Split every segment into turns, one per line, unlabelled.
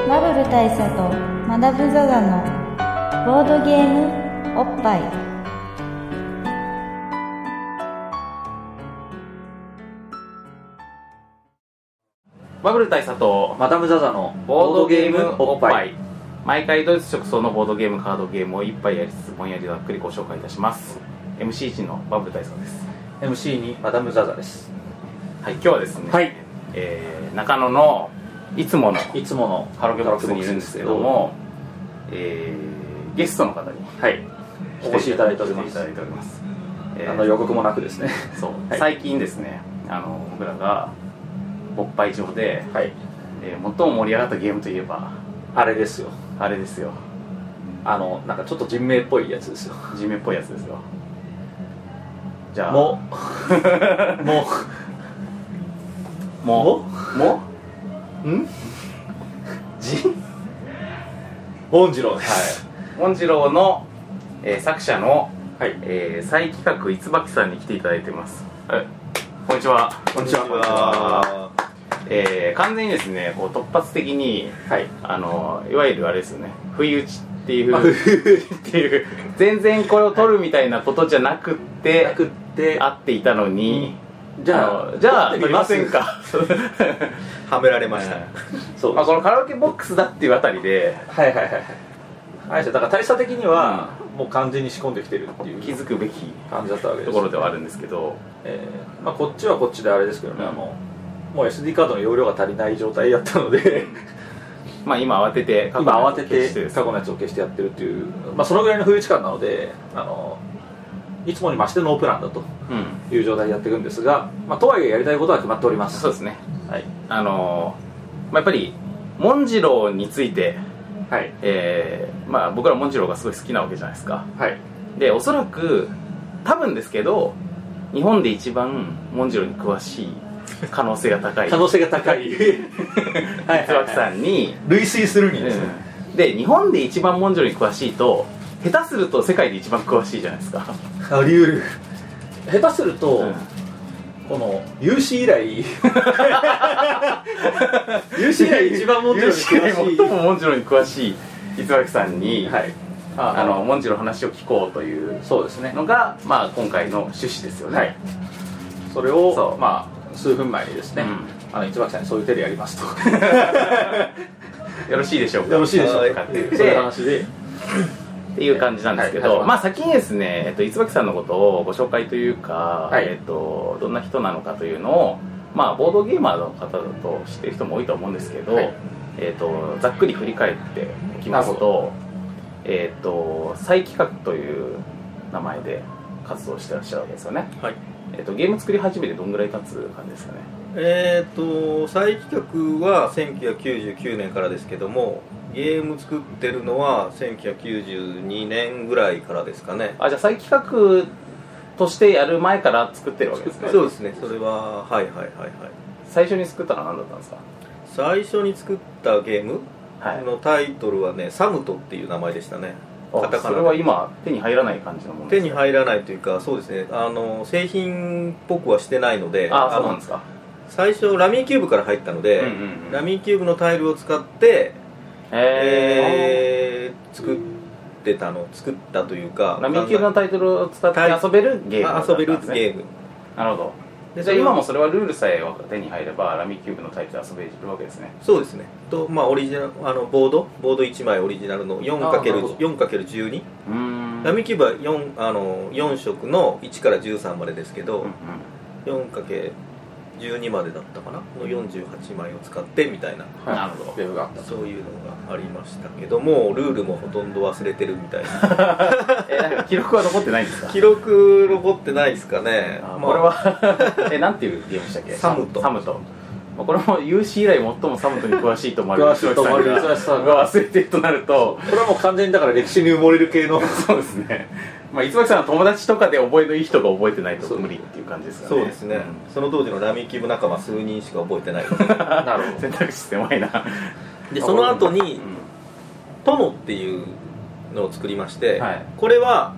大佐とマダム・ザ・ザのボードゲームおっぱい
バブル大佐と
マダム・ザ・ザの
ボードゲームおっぱい毎回ドイツ直送のボードゲームカードゲームを一杯やりつつぼんやりざっくりご紹介いたします MC1 のバブル大佐です
MC にマダム・ザ・ザです
はい今日はですね、
はい
えー中野のいつもの
いつもの
カラオケボックスにいるんですけども、えーゲストの方に
はいお越しいただいておりま
来て
す
ただいておりますえー
あの予告もなくですね
そう、
はい
最近ですねあの僕らがおっぱい上で、
はい
えー最も盛り上がったゲームといえば
あれですよ
あれですよ
あのなんかちょっと人名っぽいやつですよ
地面っぽいやつですよじゃあ
もうも
うもうも
ううんじ ボンジローです
はい紋次郎の、えー作者の、
はい
えー再企画いつばきさんに来ていただいてますはいこんにちは
こんにちは
こんにちはえー完全にですねこう突発的に
はい
あのいわゆるあれですよね不意打ちっていう
あ
っていう全然これを取るみたいなことじゃなくって、
なくって
会っていたのに、
じゃ
の
あ
じゃあ
撮
取
って
り
み
ますせんか
はめられました、
そう
まあこのカラオケボックスだっていうあたりで
はいはいはいはいあれですよだから大差的にはもう完全に仕込んできてるっていう
気づくべき
感じだったわけです
ところではあるんですけど
えーまあ、こっちはこっちであれですけどね、もうもう SD カードの容量が足りない状態だった ので
まあ今慌てて
今慌て
消してです
過去のやつを消してやってるっていう、まあ、そのぐらいの不意打ち感なのであのいつもに増してノープランだと
うん
いう状態でやっていくんですが、まあ、とはいえやりたいことは決まっております
そうですね
はい、
あのーまあ、やっぱり紋次郎について、
はい
えーまあ、僕ら紋次郎がすごい好きなわけじゃないですか
はい、
でおそらく多分ですけど日本で一番紋次郎に詳しい可能性が高い
可能性が高いは
逸脇さんに、
類推するにですね、
うんで日本で一番紋次郎に詳しいと下手すると世界で一番詳しいじゃないですか
あり得る
下手すると、
うん
この有史以来有史以来一番持ってる
有
のに
史以来最
詳しい
も紋次郎に詳しい逸脇さんに、
はいあ
あの紋次郎の話を聞こうという
そうですね
のが、まあ、今回の趣旨ですよね、
はいそれを
そう
まあ数分前にですね、
う
あの一番さんにそういう手でやりますと
よろしいでしょうか
よろしいでしょう
か
か
っ
ってて
い
いううそういう話で
っていう感じなんですけど、
はいはい
まあ先にですね、えっと、椿さんのことをご紹介というか、
はい
えっと、どんな人なのかというのを、まあ、ボードゲーマーの方だと知ってる人も多いと思うんですけど、
はい
えっと、ざっくり振り返っておきます
なるほ
と、えっと、再企画という名前で活動してらっしゃるわけですよね、
はい
えっと、ゲーム作り始めてどんぐらい経つ感じですかね
えっ、と再企画は1999年からですけどもゲーム作ってるのは1992年ぐらいからですかね
あじゃあ再企画としてやる前から作ってるわけですね
そうですねそれははいはいはいはい
最初に作ったのは何だったんですか
最初に作ったゲーム
はい
のタイトルはね、サムトっていう名前でしたねカ
あ
タ
そ
カ
れ
ナ
は
で
今手に入らない感じのもの
手に入らないというかそうですねあの製品っぽくはしてないので
あそうなん
の
ですか
最初ラミーキューブから入ったので、
うんうんうん
ラミーキューブのタイルを使って、
へえ
えー作ってたの作ったというか
ラミキューのタイトルを使って
タイ
遊べるゲームだ
あ
った
遊
んで
べ
すね
るゲーム
なるほど
で
じゃあ
それを
今もそれはルールさえ手に入ればラミキューブのタイトル遊べるわけですね
そうですねとまあオリジナルあのボードボード1枚オリジナルの
あーなるほど
4×4×12
うーん
ラ
ミ
ミーキューブは 4, あの4色の1から13までですけど、4×12 までだったかなの48枚を使ってみたいな
なるほど
ゲームがあった
そういうのがありましたけどもルールもほとんど忘れてるみたいな
えなんか記録は残ってないんですか
記録残ってないですかね
あ
まあ
これは えなんていうゲームでしたっけ
サムト
サムトまあこれも有史以来最もサムトに詳しいと思われる
詳しいと思われる
石
石
脇
脇
さ
さ
ん
ん
が
が
忘れてるとなると
これはもう完全にだから歴史に埋もれる系 の
そうですね。まあ、いつまきさんの友達とかで覚えのいい人が覚えてないと無理っていう感じですかね。
そう ですね、その当時のラミキューブ仲間数人しか覚えてない
なる
うん選択肢狭いな。
でその後
う
に
ん
「トノ」っていうのを作りまして、
はい
これは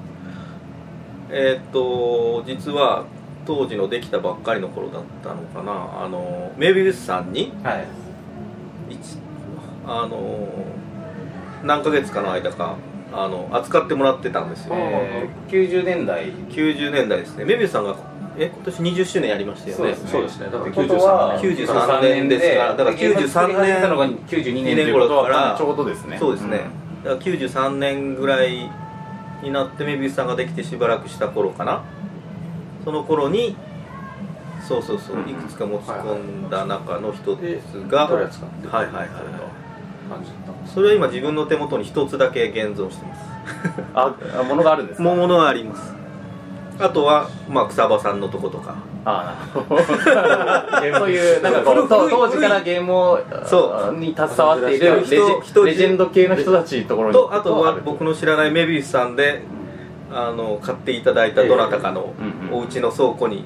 えーっと実は当時のできたばっかりの頃だったのかなあのメビウスさんに
はい。
一あの何ヶ月かの間かあの扱ってもらってたんですよ、
えー90年代
90年代ですねメビウスさんがえ今年20周年やりましたよね
そうですね
そうですねだから
ってことは
93
93年ですからだから
93年作り始めたのが92年ということ
二年頃か
は
ら
ちょうどですね
そうですね、だから93年ぐらいになってメビウスさんができてしばらくした頃かなその頃にそうそうそう、
うん
いくつか持ち込んだ中の一つが、
誰が使って
はいはいはい
感じだったんです
それは今自分の手元に一つだけ現存してま
うんああものがあるんです
す
か
もうものはありますあとは、まあ、草場さんのとことか
ああなるほど そういうなんかこう
古
当
い
当時からゲームを
そ
に携わってい
人
るレジ
人
レジェンド系の人たちのところに
とあとは僕
の
の知らないメビウスさんであの買っていただいたどなたかの
うんうん
お家の倉庫に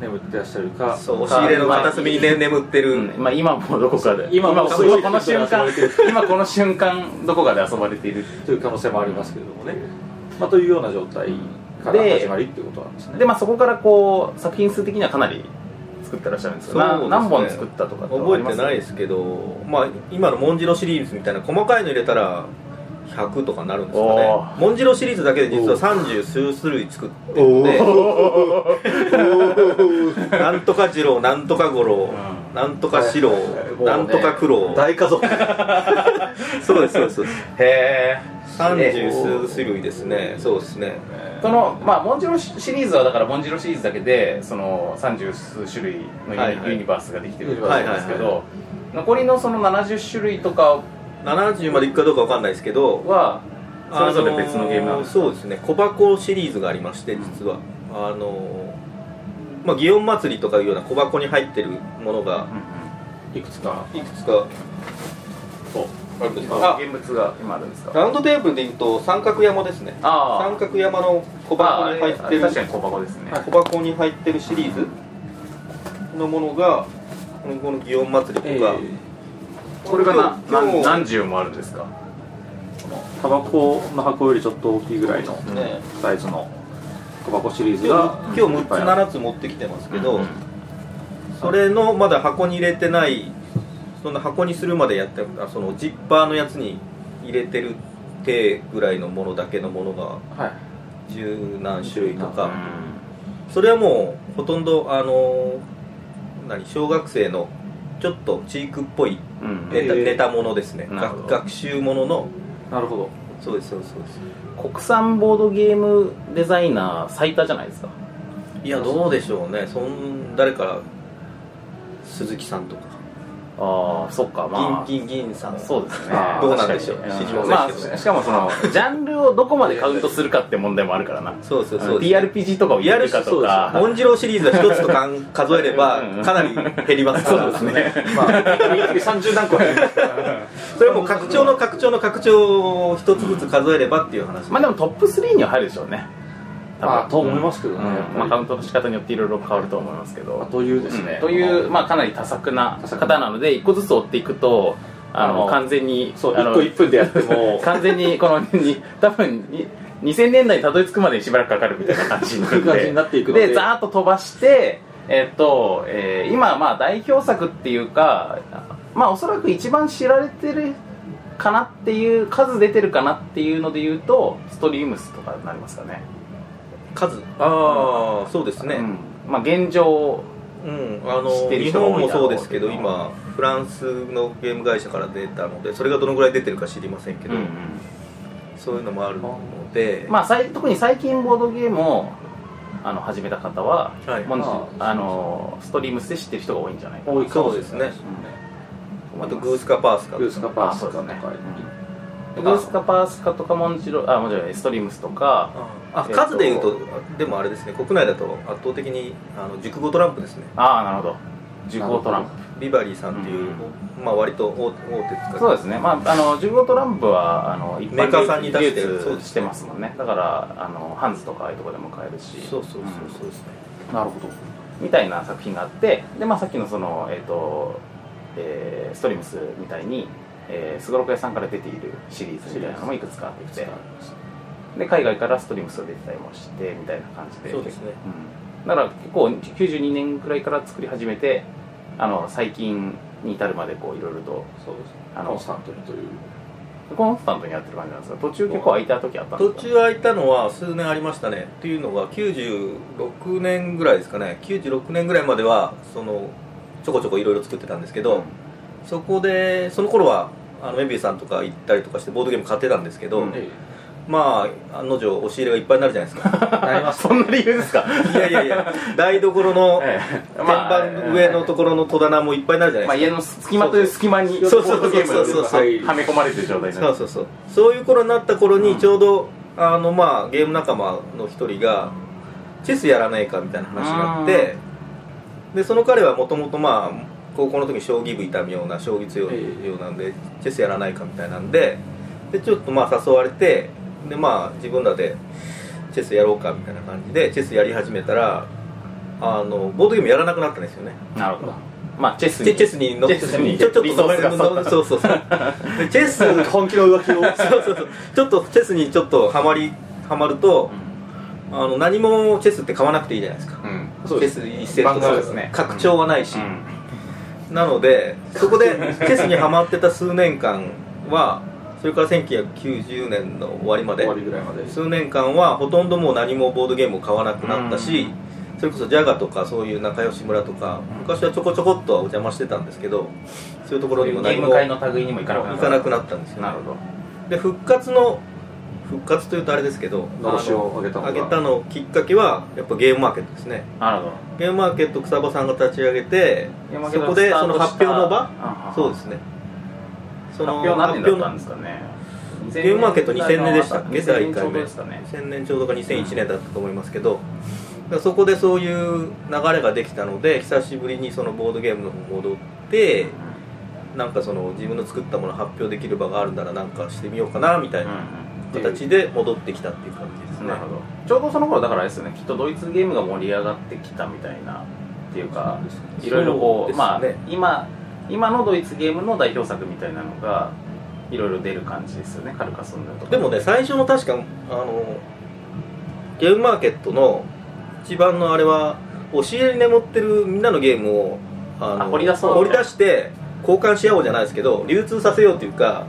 眠ってらっしゃるか
そう押し入れの片隅にね眠ってる、
まあ今もどこかで
今も
このこの
そうい
瞬
う人
間
が遊ばれて
今この瞬間どこかで遊ばれている
という可能性もありますけれどもね、まあ、というような状態から
で
始まりっていうことなんですね
でまあそこからこう作品数的にはかなり作ってらっしゃるんですけど
そうですね
何本作ったとかって
覚え
ありま
て
す
ないですけど、まあ、今のモンジロシリーズみたいな細かいの入れたら100とかになるんですか
お
ね
ー
モンジロシリーズだけで実は30数種類作ってるん
お
で
ー
なんとか二郎なんとか五郎、
う
なんとか四郎、
もうね
なんとか九郎
大家族
そうですそうですそうです
へ
30数種類ですねそうですね
えそのまあモンジロシリーズはだからモンジロシリーズだけでその30数種類のユニ,、
はいはい
バースができてるわけなんですけど、残りのその70種類とか
70までいくかどうかわかんないですけど
はそれぞれ別のゲームなん
あの
で
ー
す
そうですね小箱シリーズがありまして実は、あのーまあ祇園祭りとかいうような小箱に入ってるものが
うんうん
いくつか
いくつか
そう
あるんですけ
あ
ど
現物が今あるんですか
ラウンドテーブルで言うと三角山ですね
あ
三角山の小
小箱
箱に入ってる
確かに小箱ですね、
小箱に入ってるシリーズのものがこのこの祇園祭りとか、
えー
これがな
今日
何
今
何十もあるんですか
タバコの箱よりちょっと大きいぐらいの
日ね
サイズの小箱シリーズが
今日
い
今日
っ
6つ
ぱいある
7つ持ってきてますけど、
うんうん
それのまだ箱に入れてないそんな箱にするまでやってあそのジッパーのやつに入れてる手ぐらいのものだけのものが
はい
十何種類と
う
か
ん
それはもうほとんどあの何小学生のちょっとチークっぽい
うん
ネタ,、
えー
ネタものですね
なるほど
学学習ものの
なるほど
そうですそうですそうです
国産ボードゲームデザイナー最多じゃないですか
いやどうでしょうねそん誰か鈴木さんとか
ああそっかまあ
銀銀銀さん
そうですね
どうなんでしょう
確かに
知りませんけどね
まあしかもそのジャンルをどこまでカウントするかって問題もあるからな
そうそう
あ
そう
の TRPG とかを入れるかとか
モンジローシリーズは一つと かん数えれば
うん
かなり減りますから
そうですね
まあ30何個入りますから
それも拡張の拡張の拡張を一つずつ数えればっていう話
まあでもトップ3には入るでしょうね多分
まあと思いますけどね
うん
やっぱり
まあカウントの仕方によっていろいろ変わると思いますけ
まあ
ど
というですね、
という、まあ、かなり多作な方なので一個ずつ追っていくとあ
あ
の
の
完全に
そう
あの
1個1分でやっても
完全にこのに多分に2000年代にたどり着くまでにしばらくかかるみたいな感じになるんで
感じになっていくので
ざーっと飛ばしてえっと、えー今まあ代表作っていうかまあおそらく一番知られてるかなっていう数出てるかなっていうので言うとストリームスとかになりますかね
数ああそうです
う
ね
んまあ現状
うんあの
知ってる
日
人が
本
多い
も
だろ
そううですけど
けど
今フランスのゲーム会社から出たのでそれがどのぐらい出てるか知りませんけどそういうのもあるので
まあ、さい特に最近ボードゲームをあの始めた方は、
はい
もう
ま
あのストリームスで知ってる人が多いんじゃないか な
多いかもしれない
そうあとグースカパースカ
グースカパースカと
あそうですね
か
んグースカパースカとかモンジロあもちろんストリームスとか
あ
えーと
数でいうとでもあれですね国内だと圧倒的にあの熟語トランプですね
ああなるほど受講トラン
な
プ
ビバリーさんっていう、まあ割と大大手使
そう
う
ですねまああの受講トランプはあの一
メーカーさんに出して
流
そう
通
です
してますもんねだからあのハンズとかああいうとこでも買えるし
そうそうそう
うん
そうですね、
なるほど
みたいな作品があってで、まあ、さっきのその、えーとえーストリームスみたいにえーすごろく屋さんから出ているシリーズみたいなのもいくつかあってきてで海外からストリームスが出てたりもしてみたいな感じで
そうですね
うん、だから結構92年くらいから作り始めてあの最近に至るまでこういろいろと
そうですね
あの
コンスタントにという
コンスタントにやってる感じなんですが途中結構空いた時あったんで
途
すか
中空いたのは数年ありましたねっていうのが96年ぐらいですかね96年ぐらいまではそのちょこちょこいろいろ作ってたんですけど、そこでその頃はあのメビウさんとか行ったりとかしてボードゲーム買ってたんですけど、
うん
まあ案の定押し入れがいっぱいになるじゃないですか
なりま
あ
す
そんな理由ですか
いやいやいや台所の
ええ
天板上のところの戸棚もいっぱいになるじゃない
まあ、
ですか、
家の隙間という隙間に
そうそうそう
ボードゲームが
そうそう
そう
はめ込まれてる状態にな
そう
る
そうそうそういう頃になった頃
う
に
ん
ちょうど、あのまあゲーム仲間の一人がチェスやらないかみたいな話になってでその彼はもともとまあ高校の時に将棋部いたような将棋強いようなんで、チェスやらないかみたいなんででちょっとまあ誘われてでまあ自分らでチェスやろうかみたいな感じでチェスやり始めたらあのボードゲームやらなくなったんですよね
なるほどまあチェス
チェ
に
チェスに乗っ
チェスに
ちょちょっと乗せ
理想がそう
そうそうそうでチェス
本気の浮気を
そうそうそうちょっとチェスにちょっとハマりハマると、あの何もチェスって買わなくていいじゃないですか、
うん
そう
チェ
です
ス1セッ
番
ト
組はで
そうですす
ね
ね
拡張はないし、なのでそこでチェスにハマってた数年間はそれから1990年の終わりまで
終わりぐらいまで
数年間はほとんどもう何もボードゲームを買わなくなったし、それこそジャガとかそういう仲良し村とか昔はちょこちょこっとはお邪魔してたんですけどそういうところにも
ゲ
何
ーム
も
会
行
の類にも行かなくなった
かなくなったんですよね
なるほど
で復活の復活というとあれですけど
のろしを上げたのが
あげたのきっかけはやっぱゲームマーケットですね
なるほど
ゲームマーケット草場さんが立ち上げて
山
そ
形
こでその
スタートした
発表の場
ああ
そうですねそ
発
の
表何年だったんですかね
ゲームマーケット2000年でしたっけ
2000
第1
年ちょ
回
うど
目
ですかね
2000年ちょうどか2001年だったと思いますけど、だからそこでそういう流れができたので久しぶりにそのボードゲームの方に戻ってなんかその自分の作ったものを発表できる場があるならなんかしてみようかなみた
う
い
ん
な
うん
形で戻ってきたっていう感じですね、
なるほどちょうどその頃だからあれですよねきっとドイツゲームが盛り上がってきたみたいなっていうかいろいろこう
そうですね
まあ今今のドイツゲームの代表作みたいなのがいろいろ出る感じですよねカルカソンヌとか
でもね最初の確かあのゲームマーケットの一番のあれは押し入れに眠ってるみんなのゲームをあの
あ掘り出そう
掘り出して交換し合おうじゃないですけど流通させようっていうか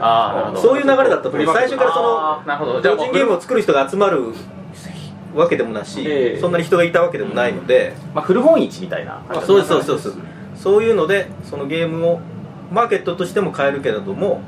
ああなるほど
そういう流れだったと思う最初からその
あーなるほ
個
どじゃあも
人
う
ゲームを作る人が集まるわけでもなし、
ええ
そんなに人がいたわけでもないので、
まあ古本市みたいな
あ
そうですそうですそうですそういうのでそのゲームをマーケットとしても買えるけれども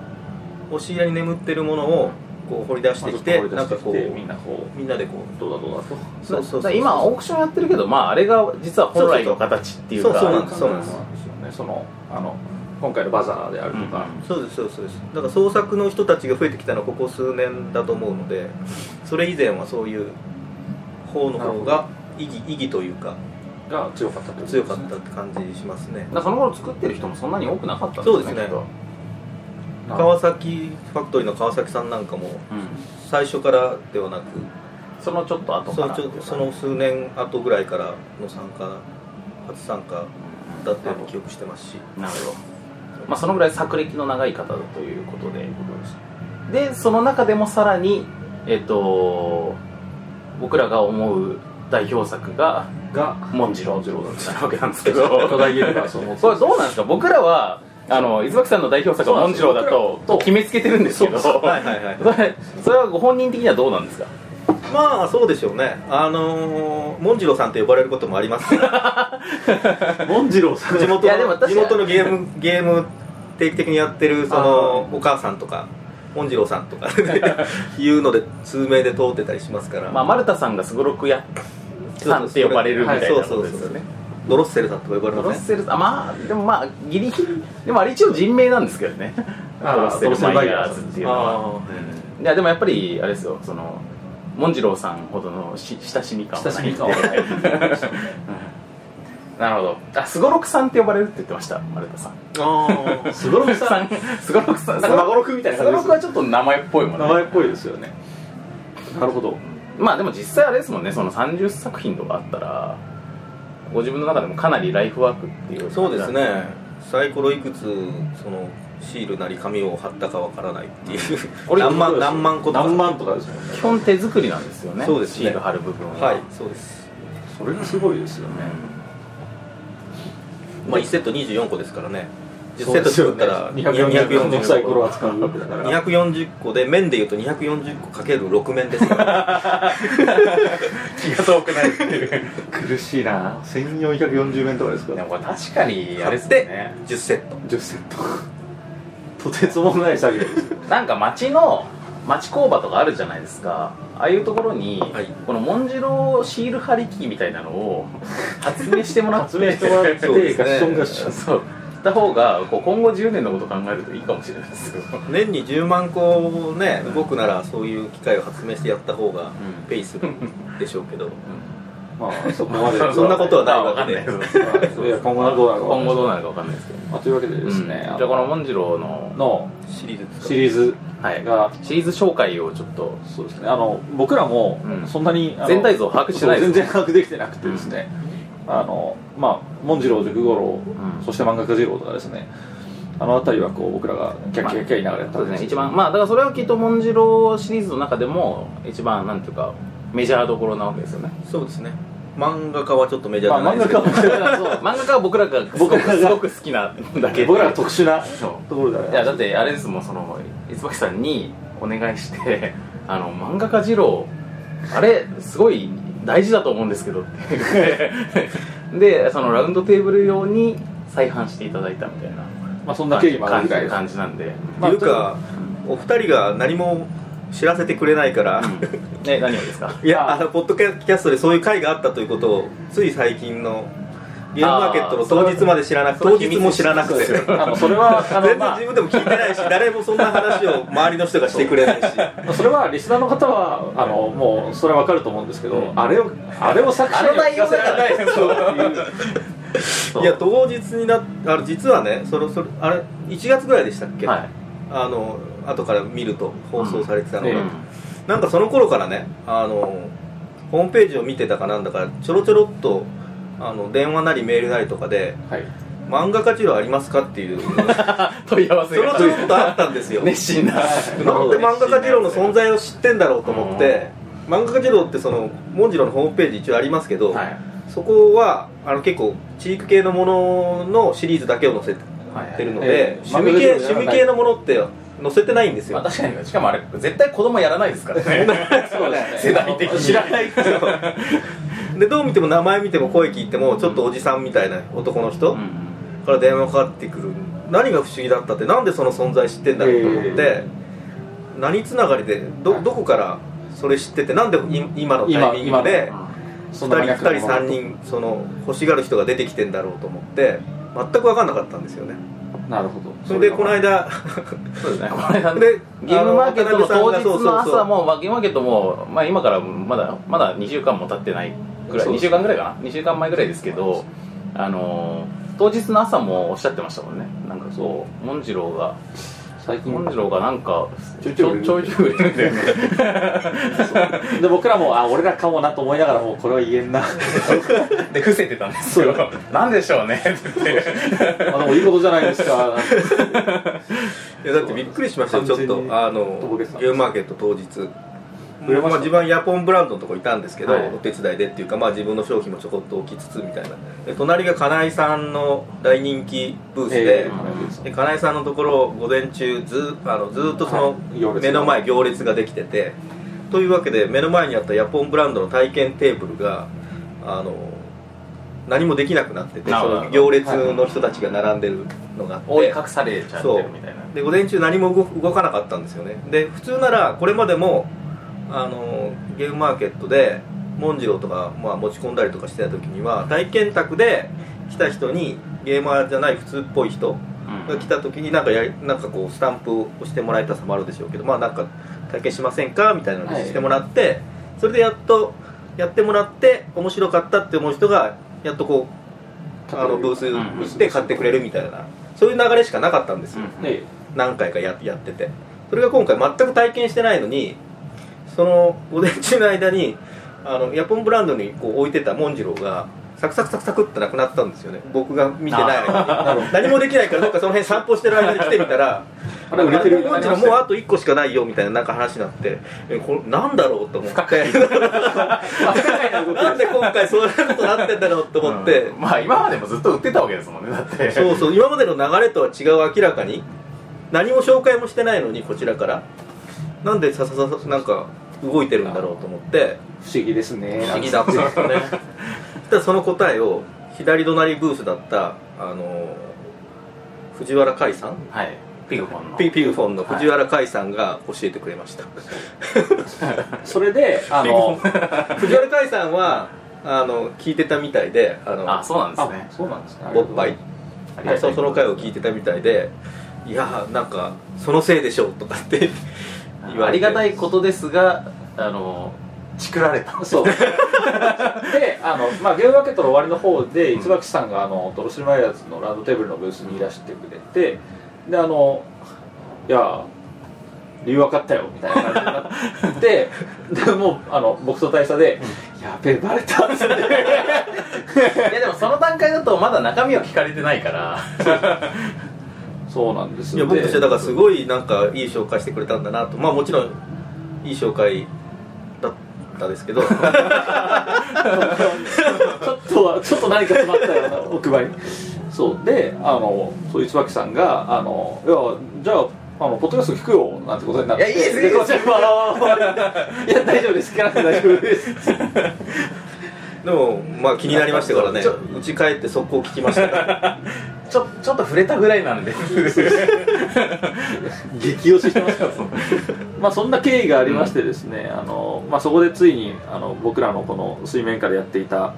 押し入れに眠ってるものをこう掘り出してきて
まあ
なん
ちょ
か
っと
こ
掘り出してきて
う
みんなこう
みんなでこう
どうだどうだと
そうそう
だ
そう
から今オークションやってるけどまああれが実は本来の形っていうか
そうそうなんです
そうなんですよねそのあの今回のバザーであるとか、
そうですそうですそうですだから創作の人たちが増えてきたのはここ数年だと思うのでそれ以前はそういう方の方が意義意義というか
が強かったってことですね
強かったって感じしますね
だからその頃作ってる人もそんなに多くなかったんです
そ
よ
う
ね
ですね
きっと
な
川崎ファクトリーの川崎さんなんかも
うん
最初からではなく
そのちょっと後
そ
か
の
ら
ちょその数年後ぐらいからの参加初参加だったような記憶してますし
なるほど、まあ、そのぐらい作歴の長い方だということででその中でもさらにえっと僕らが思う代表作が
が
「紋次郎」ということになるわけなんですけど
巨大ゲームがそう思って
これどうなんですか僕らはあの伊豆さんの代表作は「紋次郎」だと
そう
決めつけてるんですけどそれ
いはいはい
それはご本人的にはどうなんですか
まあそうでしょうねあのー、モンジロさんと呼ばれることもあり ます
モンジローさん
地元
いやでも確
の
か
地
に
元のゲームゲーム定期的にやってるそのお母さんとか紋次郎さん とかいうので通名で通ってたりしますから、
まあ、丸田さんがすごろくやさんって呼ばれるみたいな
はい
こ
そ
と
うそう
です
そ
よ
う
ね
ドロッセルさんとか呼ばれ
ド
ま
ロッ
すね
セルさんあまあでもまあギリギリでもあれ一応人名なんですけどねド
あー
ロッセルマイヤーズっていうのは
あ
いやでもやっぱりあれですよその紋次郎さんほどのし親しみ感は
親
な
し
い
み感はない
なるほどあすごろくさんって呼ばれるって言ってました丸田さん
ーあ ー
すごろくさん
さん すごろくさん
なんか孫六みたいな
す
感じ
ご
です
ろくはちょっと名前っぽいもん
名
ね
前っぽいですよねなるほど
まあでも実際あれですもんねその30作品とかあったらご自分の中でもかなりライフワークっていう
そうですねサイコロいくつそのシールなり紙を貼ったかわからないっていう
これ
何万何万個とか
何万とかですもんね
基本手作りなんですよね
そうですね
シール貼る部分
はいそうです
それがすごいですよね
まあ1セット24個ですからねセット作ったら
240のサイコロは使うわけだから
240個で面でいうと240個かける6面ですから
気が遠くないって いう
苦しいな1440面とかです
で
か
もこれ確かにあれ
買
で
っ
す
て
ね
10セット
10セットとてつもない作業ですよ
なんか町の町工場とかあるじゃないですかああいうところに、
はい
このモンジローシール貼り機みたいなのを発明してもらって
発明してもらって
そう
ガッションガッション
そうした方がこう今後10年のこと考えるといいかもしれないですよ、
年に10万個ね動くならそういう機械を発明してやった方
う
が
ん
ペイするでしょうけど
まあ そこまで
そんなことはない
まあわ
わ
か
け
んない
で
です
いや今後はどうなるか
今後どうな
る
るかわかんないですけど
まあ、というわけでですね、
うん
あ
じゃあ
の
このモンジローの
の
シリーズですか
シリーズ
はい
が
シリーズ紹介をちょっと
そうですねあの僕らも
うん
そんなに、あの
全体像把握してないです
そう全然把握できてなくてですね、あのまあ紋次郎塾五郎、
うん
そして漫画家次郎とかですねあの辺りはこう僕らがキャッキャッキャッキャ言いながらやった
そうんですね
け
一
ど
番まあだからそれはきっとモンジローシリーズの中でも一番なんていうかメジャーどころなわけですよね
そうですね漫画家はちょっとメジャーじゃ
ま
な
あ漫
いで
画
すけ
家
ど、
は
そう 漫画家は僕らが僕らがすごく好きなだけで
僕らは特殊な
そ
ところだ
うい
か
や
ら
だってあれですもんその椿さんにお願いして あの漫画家二郎あれすごい大事だと思うんですけどって でそのラウンドテーブル用に再販していただいたみたいな
まあそんな経緯もある
感
ぐ
じ
らいです
感じなんで
まあ
っていうかお二人が何も知らせてくれないから、
ね何をですか
いやあのポッドキャストでそういう会があったということをつい最近のゲームマーケットの当日まで知らなく
あー
当日も知らなくて全
あのそれはあの、
然
ま
自分でも聞いてないし 誰もそんな話を周りの人がしてくれないし
あ、それはリスナーの方はあのもうそれはわかると思うんですけど、あれをあれを作者には聞かせられないですよっていう
そう
いや当日になっあの実はねそれそれあれ1月ぐらいでしたっけ、
はい
あの後から見ると放送されてたの
う
が、
んえ
なんかその頃からねあのホームページを見てたかなんだからちょろちょろっとあの電話なりメールなりとかで
はい
「漫画家治療ありますか?」っていう
問い合わ
ち
せ
ょろちょろ
が
っとあったんで すよ
熱心な
なんで漫画家二郎の存在を知ってんだろうと思って、漫画家二郎ってその文次郎のホームページ一応ありますけど、
はい
そこはあの結構地域系のもののシリーズだけを載せてるので、
ええ
趣味
漫画家二郎じゃな
系
い
趣味系のものって載せてないんです
ま
よ
あ、確かにしかもあれ絶対子供やらないですからね
そうです
世
ね
代的に
知らない
でどう見ても名前見ても声聞いてもちょっとおじさんみたいな男の人から電話かかってくる何が不思議だったってなんでその存在知ってんだろうと思って、何つながりでどどこからそれ知っててなんでい今のタイミングで
今そんなマニア
2
ッ
人
クなもの
2人3人その欲しがる人が出てきてんだろうと思って全く分かんなかったんですよね
なるほど
それでこ の間
そうですねこれなん
で
でゲームマーケットの当日
そうそうそう
の朝もまあゲームマーケットも、まあ、今からまだまだ2週間も経ってないぐらい
そう
2週間ぐらいかな2週間前ぐらいですけどあのー当日の朝もおっしゃってましたもんねなんかそうモンジローが
最近
モンジローがなんか
ちょいちょい
ちょいちょい売れるんだよね
で僕らもあ俺らかもなと思いながらもうこれは言えん な
で伏せてたんですよなんでしょうねって言って
あでもいいことじゃないですか
いやだってびっくりしましたよちょっ
完全に
とあの
とぼけてたんです
ゲームマーケット当日
売れました
まあ、自分はヤポンブランドのとこいたんですけど、
はい
お手伝いでっていうか、まあ、自分の商品もちょこっと置きつつみたいなで隣が金井さんの大人気ブースで、
えー金井さん
で金井さんのところ午前中ずあのずーっとそ
は
の
い行列が
目の前行列ができててというわけで目の前にあったヤポンブランドの体験テーブルがあの何もできなくなってて
なる
そ
ほど
の行列の人たちが並んでるのがあって
覆い隠されちゃってるみたいな
で午前中何も動動かなかったんですよねで普通ならこれまでもあのゲームマーケットでモンジローとか、まあ、持ち込んだりとかしてた時には体験宅で来た人にゲーマーじゃない普通っぽい人が来た時になんかやりなんかこうスタンプを押してもらえたさもあるでしょうけどまあなんか体験しませんかみたいなのをしてもらって、それでやっとやってもらって面白かったって思う人がやっとこうあのブースに行って買ってくれるみたいな、そういう流れしかなかったんですよ、
うん
ね
何回かややっててそれが今回全く体験してないのにその午前中の間にあのヤポンブランドにこう置いてたモンジローがサクサクサクサクってなくなったんですよね僕が見てない間に何もできないからどっかその辺散歩してる間に来てみたら
あれ売れてる
もうあと1個しかないよみたいななんか話になってえこれなんだろうと思ってなんで今回そういうことなってんだろうと思って、
うんまあ今までもずっと売ってたわけですもんねだって
そうそう今までの流れとは違う明らかに何も紹介もしてないのにこちらからなんでささささなんか動いてるんだろうと思って
不思議ですね
不思議だったんですよねただその答えを左隣ブースだったあの藤原海さん
はいピグフォンの
ピピグフォンの藤原海さんが教えてくれました、
それであ の
藤原海さんはあの聞いてたみたいであの
あそうなんですね
あそうなんですね
おっぱい
ありがた
そうその回を聞
い
いてたみたいでいやーなんかそのせいでしょうとかって言
あ
われ
り
て
がたいことですがあのチクられた
そう であの、まあ、ゲームマーケットの終わりの方で
うん
椿さんがあのドロシルマイラーズのラウンドテーブルのブースにいらしてくれてであのいや理由分かったよみたいな感じになってでもうあの僕と大佐で「やべえバレた」っつって
い やでもその段階だとまだ中身を聞かれてないから
そうなんです
いや僕としてはだからす
い
ごいなんかいい紹介してくれたんだなとまあもちろんいい紹介だったですけ ど
ちょっとはちょっと何か詰まったような奥歯にそうであのそういう椿さんが「あのいやじゃああのポッドキャスト聞くよ」なんてことになって
いやいいですいい
で
です
こちらもあの「いや大丈夫です聞かなくて大丈夫です」
でもまあ気になりましたからね
ちょ
うち帰って速攻聞きましたから
ちょちょっと触れたぐらいなん で
激推ししてましたからまあそんな経緯がありましてですね、あのまあ、そこでついにあの僕らのこの水面下でやっていた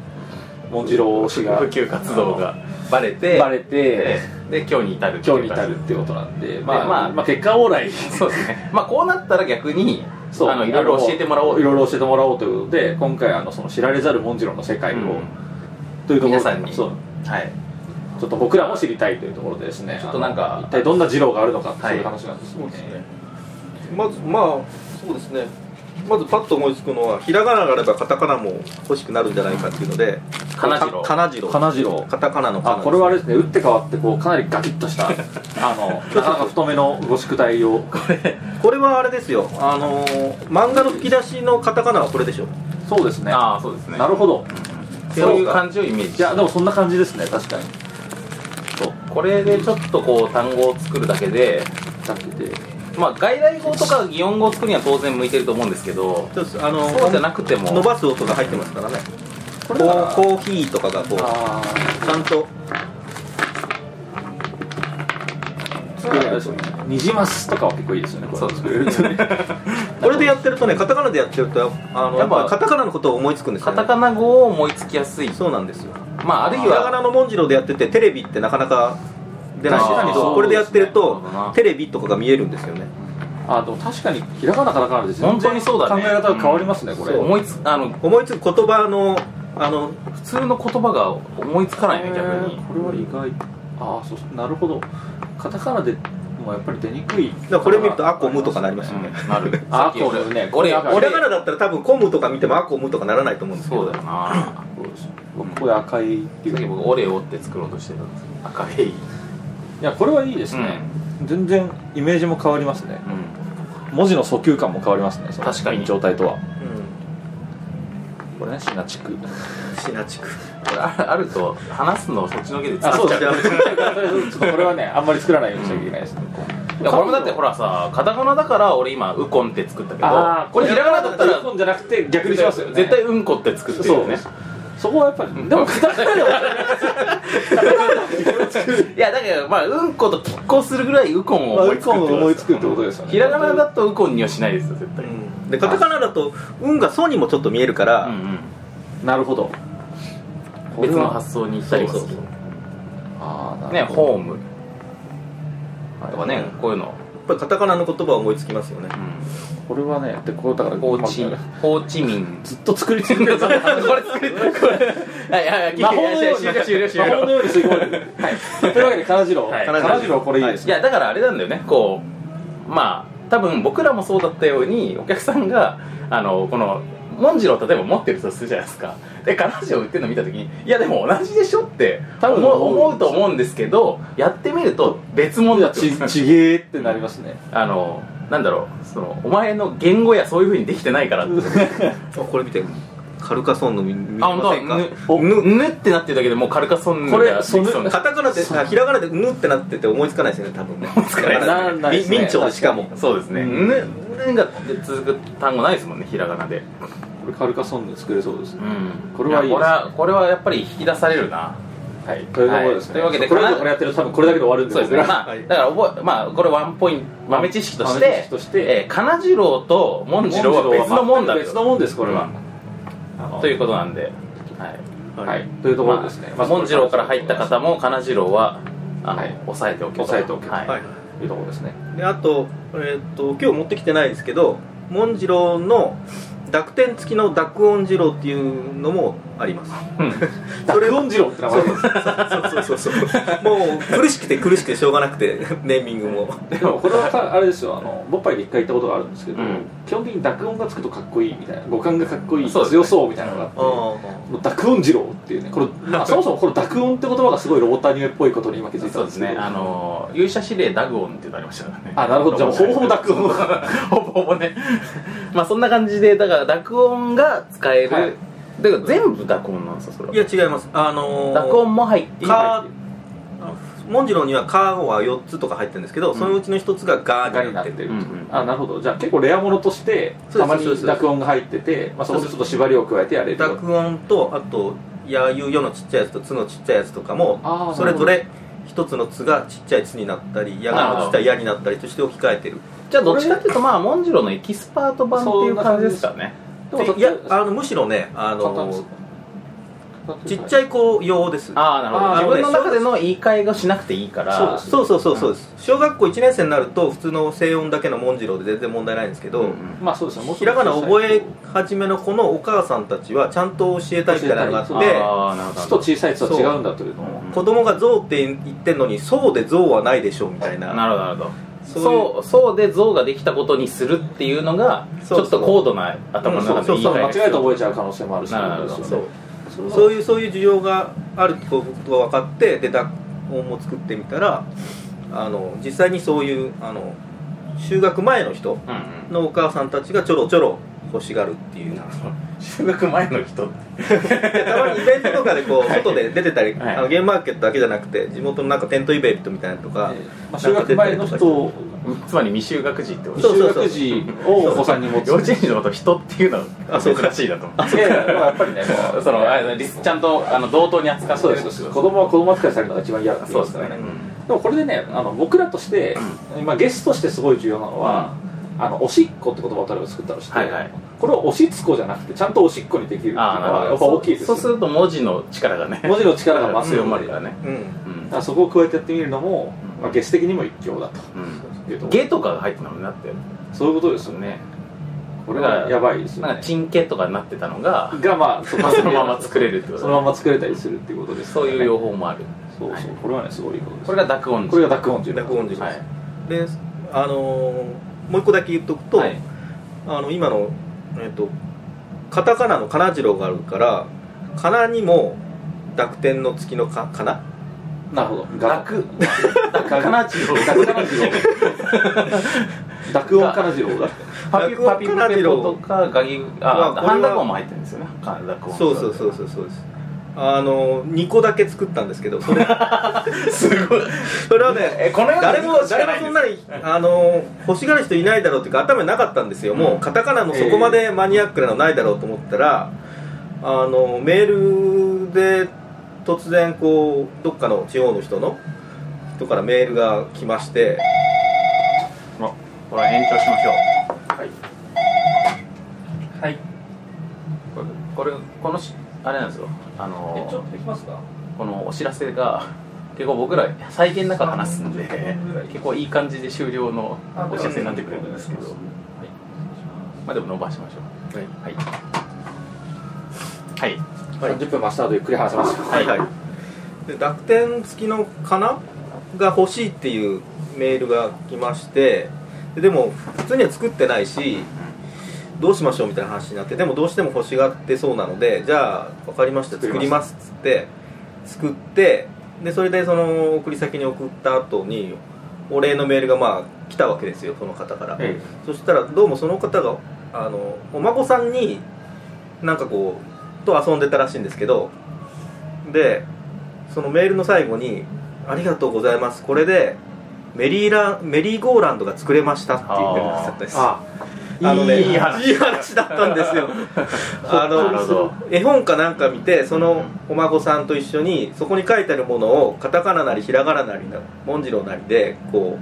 モンジロー氏が
普及活動がバレて
バレて
でで今日に至るっていう
今日に至るっていうことなんで、まあ
まあ
まあ、結果往来
そうですねまあこうなったら逆にあのいろいろ教えてもらおう
いろいろ教えてもらおうということで今回あのその知られざる文次郎の世界を、
うん
というところで
皆さんに
そう
はい
ちょっと僕らも知りたいというところでですね
ちょっとなんか
あの一体どんな次郎があるのかって
はい
いう話なんですよね、
まずまあそうですねまずパッと思いつくのはひらがながあればカタカナも欲しくなるんじゃないかっていうので
かなじろう
かなじろう
金次郎
カタカナのカ
あこれはあれですね打って変わってこうかなりガキッとしたあの なかなか太めのご宿題を
これはあれですよあのー漫画の吹き出しのカタカナはこれでしょ
そうですね
ああそうですね
なるほど
そういう感じをイメージし
い
て
やでもそんな感じですね確かに
そうこれでちょっとこう単語を作るだけで
だってて
まあ外来語とか擬音語を作るには当然向いてると思うんですけど
そうですあのー
そうじゃなくても
伸ばす音が入ってますからね
こ
こ
れだから
うコーヒーとかがこうち
あ
ゃんと
あにじますとかは結構いいですよねこ
そう
れ
です
ね
これでやってるとねカタカナでやってるとあ
や
のや
っ
っ
ぱ
ぱカタカナのことを思いつくんですよ
カ
ね
タカナ語を思いつきやすい
そうなんですよ
まああるい
ひらがな
は
の文字郎でやっててテレビってなかなか出ないんです
確か
け
にそうです
ど
ね
これでやってる
なる
と
ほどな
テレビとかが見えるんですよね
あでも確かにひらがなからからです
本当にそうだね
考え方が変わりますね、これ
そう
思いつあの
思いつく言葉のあの
普通の言葉が思いつかないね逆
へ
に
ーこれは意外ああそうそうなるほどカタカナでもやっぱり出にくい
だからこれ見ると「あこむ」とかなりますよね
うんなる
あ
さっき俺
そうだよね
俺
これ
ひ
俺
らがなだったら多分「こむ」とか見ても「あこむ」とかならないと思うんですけ
そう
ど
だよな
そうです僕ここで赤いってい
さっき
う
僕オレオって作ろうとしてたんですけど赤い、
いやこれはいいですね、全然イメージも変わりますね
うん、
文字の訴求感も変わりますねその
確かに
状態とは
うん
これねシナチク
シナ地区
ああると話すのをそっちのけで
あ
作
そ
っ
う
ちゃ
だ
う
ねちょっとこれはねあんまり作らないようにしなきゃいけないですね、
いや俺もだってほらさカタカナだから俺今ウコンって作ったけど
ああこれひらがなだったら
絶
じゃなくて逆にしますよ、ね、
対うんこって作ってるよね
そうそこはやっぱりでもカタカナで
いやだけどまあうんこと拮抗するぐらいうこんを思いつく
まあうんこを思いつくってことですよね
ひらがなだとうこんにはしないですよ絶対
でカタカナだと「運が「ソ」にもちょっと見えるから、
うん
なるほど
うん別の発想に行ったりもす
そう
る
そう
ああ
ね
ね
ホームとかね
うん
こういうの
やっぱりカタカナの言葉は思いつきますよね
これはねでこうだから
ホーチ
まあ
ホーチミン
ずっと作り続ける
これ作れこれはいはいはい
魔法のように
終了終了終
魔
了
法のように吸い込まれてるはいというわけで金次郎
はい
金次郎これいいです
い
ね
やだからあれなんだよねこうまあ多分僕らもそうだったようにお客さんがあのこのモンジロー例えば持ってる人するじゃないですかで彼女を売ってるの見た時にいやでも同じでしょって
多分
思う思うと思うんですけどやってみると別物だってことです
ちちげえってなりますね
あのなんだろうそのお前の言語やそういうふうにできてないからって
あこれ見てカルカソンの見見て
あ本当
ま
だ
せんか
ぬおぬぬってなってるだけでもうカルカソンヌ
これ
が
そぬ
できそうな
カタカナであひらがなで「ぬ」ってなってて思いつかないですよね多分ね思いつ
かない
なんないですね
明朝でしかも
そうですね
うん
ぬぬが続く単語ないですもんねひらがなで
これカルカソンヌ作れそうですね
うん
これはいいですね
やこれはこれはやっぱり引き出されるな
はいというところですね
というわけで
これ
か
だ
な
けこれやってると多分これだけで終わるんで
そうですね、
僕ら
まあ、だから覚え、まあ、これワンポイント豆知識とし
豆知
て
識として
えー、金次郎と紋次郎は別のもんだ
別のもんですこれは、
うんということなんで、はい
はい、というところですね。
まあ、紋次郎から入った方
も
も金次郎はあの、
はい
抑えておけと
抑えておけと
はい
はい
というところですね。
であと,、えー、と今日持ってきてないですけどモンジローの濁点付きの濁音ジローっていうのもあります
それンジローって名前です。
そうそうそうそうもう苦しくて苦しくてしょうがなくてネーミングも
でもこれはかあれですよ。あのボッパイで一回行ったことがあるんですけど、
うん
基本的に濁音がつくとかっこいいみたいな、五感がかっこいい、
そうですね
強そうみたいなのがあって。
あ
もう濁音二郎っていうね、これ、まあ、そもそもこの濁音って言葉がすごいロボットアニメっぽいことに今気づいた
そうんで
ですすけ
ね
ど。
あの勇者指令ダグオンっていうのありましたからね
あなる ほどじゃあもうほぼほぼ濁音
ほぼほぼね まあそんな感じでだから濁音が使える、
はい
だから全部濁音なんですよそれ
あ
はい
や違いますあのー
濁音も入っている
かモンジローには「か」は4つとか入ってるんですけど、
ん
そのうちの1つが「が」
が
に
に
な
な
っ
ってて
る
る、
うんうん
あなるほどじゃあ結構レアものとして
そうです
たま
そうです
に濁音が入ってて、まあ、そうすると縛りを加えてやれる
濁音とあと「やゆよ」のちっちゃいやつと「つ」のちっちゃいやつとかも
あー
それぞれ一つの「つ」がちっちゃい「つ」になったり「や」がちっちゃい「や」になったりとして置き換えてる
じゃあどっちかっていうとまあモンジローのエキスパート版っていう感じですかね
でもそっち
でいやあのむしろねあ
簡単です
のちっちゃい子用です
ああなるほど
あー
自分の中での言い換えがしなくていいから
そうです
そうそうそうそうです小学校1年生になると普通の声音だけのモンジローで全然問題ないんですけど、
うんうん
まあそうですねもう
ひらがな覚え始めの子のお母さんたちはちゃんと教えたいみたいなのが
教えたい
あっ
ああなるほど
ちと小さいとは違うんだというのを
て子供が「象」って言ってんのに「そう」で「象」はないでしょうみたいな
なるほどなるほど
そう
そうそうで像ができたことにするっていうのがち
そう
ょ
そ
っと
う
高度な頭の中で
そ
言
う
い
そう
換え
間
が
違
必
えて
要
覚えちゃう可能性もあるし
なるほど
です
そ
よ
う
ねそ
そう
う
いうそういう需要があることが分かってで濁音も作ってみたらあの実際にそういうあの就学前の人
うん
のお母さんたちがちょろちょろ欲しがるってい う
うん修学前の人
たまにイベントとかでこう外で出てたり、
はい
あのゲームマーケットだけじゃなくて地元のなんかテントイベントみたいなのとか、
まあ修学前の人
つまり未就学児ってこと
そう
修学時をお子さんに持つ
幼稚園児のこと人っていうのは
あそうか
珍しいなと思
いやいやまあやっぱりね
う そのあのリスちゃんとあの同等に扱って
そう
る
で
ってこ
す
と
子供は子供扱いされるのが一番嫌だって言
そ
いうま
ですす
から
ね
ねでもこれでねあの僕らとして今ゲスとしてすごい重要なのはあのおしっこって言葉を例えば作ったとして
はいはい
これをおしつこじゃなくてちゃんとおしっこにできるっていうの
ああなるほ
は
ど
やっぱ大きいです
そ
よ
うすると文字の力がね
文字の力が増すようになる
強まるからね
うん、
うん
だからそこを加えてやってみるのも、
うん
まあ、ゲス的にも一興だというと
うん
ころ
ゲとかが入ってたもんなって
そういうことですよね
ね
これがやばいですよ
なんか
ね
チンケとかになってたのが
がまあそ
まあそのまま作れるってこと
そのまま作れたりするっていうことですか
そ
ら
ういう
ね
用法もある
そうそうこれはねすごいことです
これが濁音
これが濁音中
濁音児
はい
であのーもう一個だけ言っとくと、
はい
あの今の、えっとカタカナの「かなじろう」があるから「かな」にも濁点の付きのか「かな
なるほど
濁
濁
かなじろう
濁音 中濁音からじろうだ
パピ
濁音
パピパピポとかガギあ
まあこれは
半濁音も入ってるんですよねか濁」音
そうそうそうそうそうですあの2個だけ作ったんですけどそれ
すごい
それはね
えこの世
誰も
しか
誰もそんなにあの欲しがる人いないだろうっていうか頭になかったんですよ、もうカタカナのそこまでマニアックなのないだろうと思ったら、あのメールで突然こうどっかの地方の人の人からメールが来まして
あこれ延長しましょ
はい、
うこれこれこのしあれなんですよあの
できますか
このお知らせが結構僕ら再現なく話すんで結構いい感じで終了のお知らせになってくれるんですけど、はい、まあでも伸ばしましょうはいはい、
30分マスタードゆっくり話せます
はいはいで濁点付きの「かな」が欲しいっていうメールが来ましてででも普通には作ってないしどうしましょうみたいな話になってでもどうしても欲しがってそうなのでじゃあ分かりました作りますっつって作ってでそれでその送り先に送った後にお礼のメールがまあ来たわけですよその方から、
え
そしたらどうもその方があのお孫さんになんかこうと遊んでたらしいんですけどでそのメールの最後に「ありがとうございますこれでメリーランメリーゴーランドが作れました」って言ってくださったです
あ
あのね、
いい話
いい話だったんですよ
な
あ
るほど
の絵本かなんか見てそのお孫さんと一緒にそこに書いてあるものをカタカナなりひらがななりの文字のなりでこ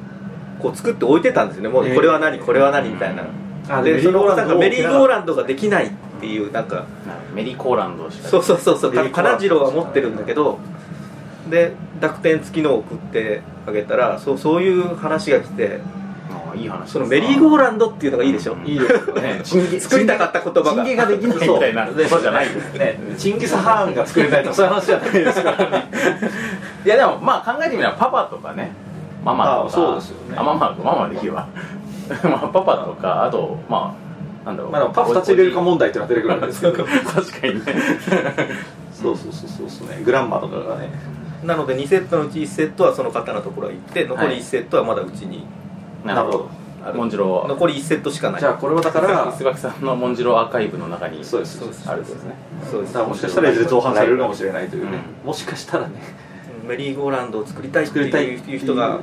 うこう作って置いてたんですよねもう
ええ
これは何これは何みたいな
あ
でそのお子さんがメリーゴー
ラ
ランドができないっていうなんか
なんかメリーコーランドをしか
そうそうそうそう
メリーゴーランド
金次郎は持ってるんだけどで濁点付きのを送ってあげたらそうそういう話が来て
ああいい話
そのメリーゴ
ー
ーランドっていうのがいいでしょ
うん
いいですよね
ねチンゲ
作りたかった言葉
チン
が
ゲができないみたいなことじゃないです
ねチンギス・ハーンが作れたりとかそういう話じゃないですからね
いやでもまあ考えてみればパパとかねママとか
あそうですよね
あママママでいいわ まあパパとかあとまあなんだろう
まあでもパフ2つ入れるか問題っていうのは出てくるわけですけ ど
確かにね
そうそうそうそうそうねグランマとかがね
なので2セットのうち1セットはその方のところへ行って残
は
り
い
1セットはまだうちに、
なるほど
ある
モンジロー
残り1セットしかない
じゃあこれはだから
須垣さんのモンジローアーカイブの中に
そうですそうです
あるんですね
そうで
だ
す
からもしかしたらいずれ造反されるかもしれないというね、
う
もしかしたらね
メリーゴーランドを作りたいって
作りたい
い
って
う人が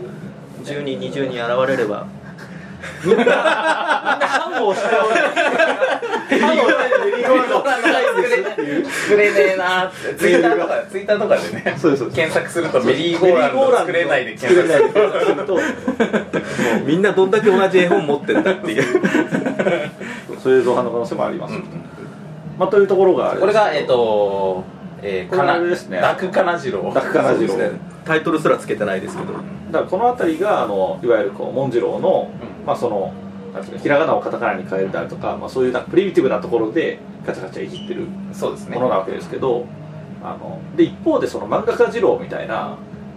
10人20人現れれば
反応したよ反応したよメリーゴーランド
作れねえなーってツイッターと かツイッターとかでね
そうですそうです
検索するとメリーゴーランド作れないで検
作れ
索す
ない
る
で検索すると
みんなどんだけ同じ絵本持ってんだっていう
そういう造反の可能性もあります、まあ、というところがあれ
これがえっ、
っ
とえー、
これあれですね
ダクカナジロー
ダクカナジロー
そうですねタイトルすらつけてないですけど
だからこの辺りがあのいわゆるこう文次郎の、まあそのなんていうかひらがなをカタカナに変えるであるとか、まあ、そういうなんかプリミティブなところでガチャガチャいじってるも
そうですね
のなわけですけど、あので一方でその漫画家次郎みたいな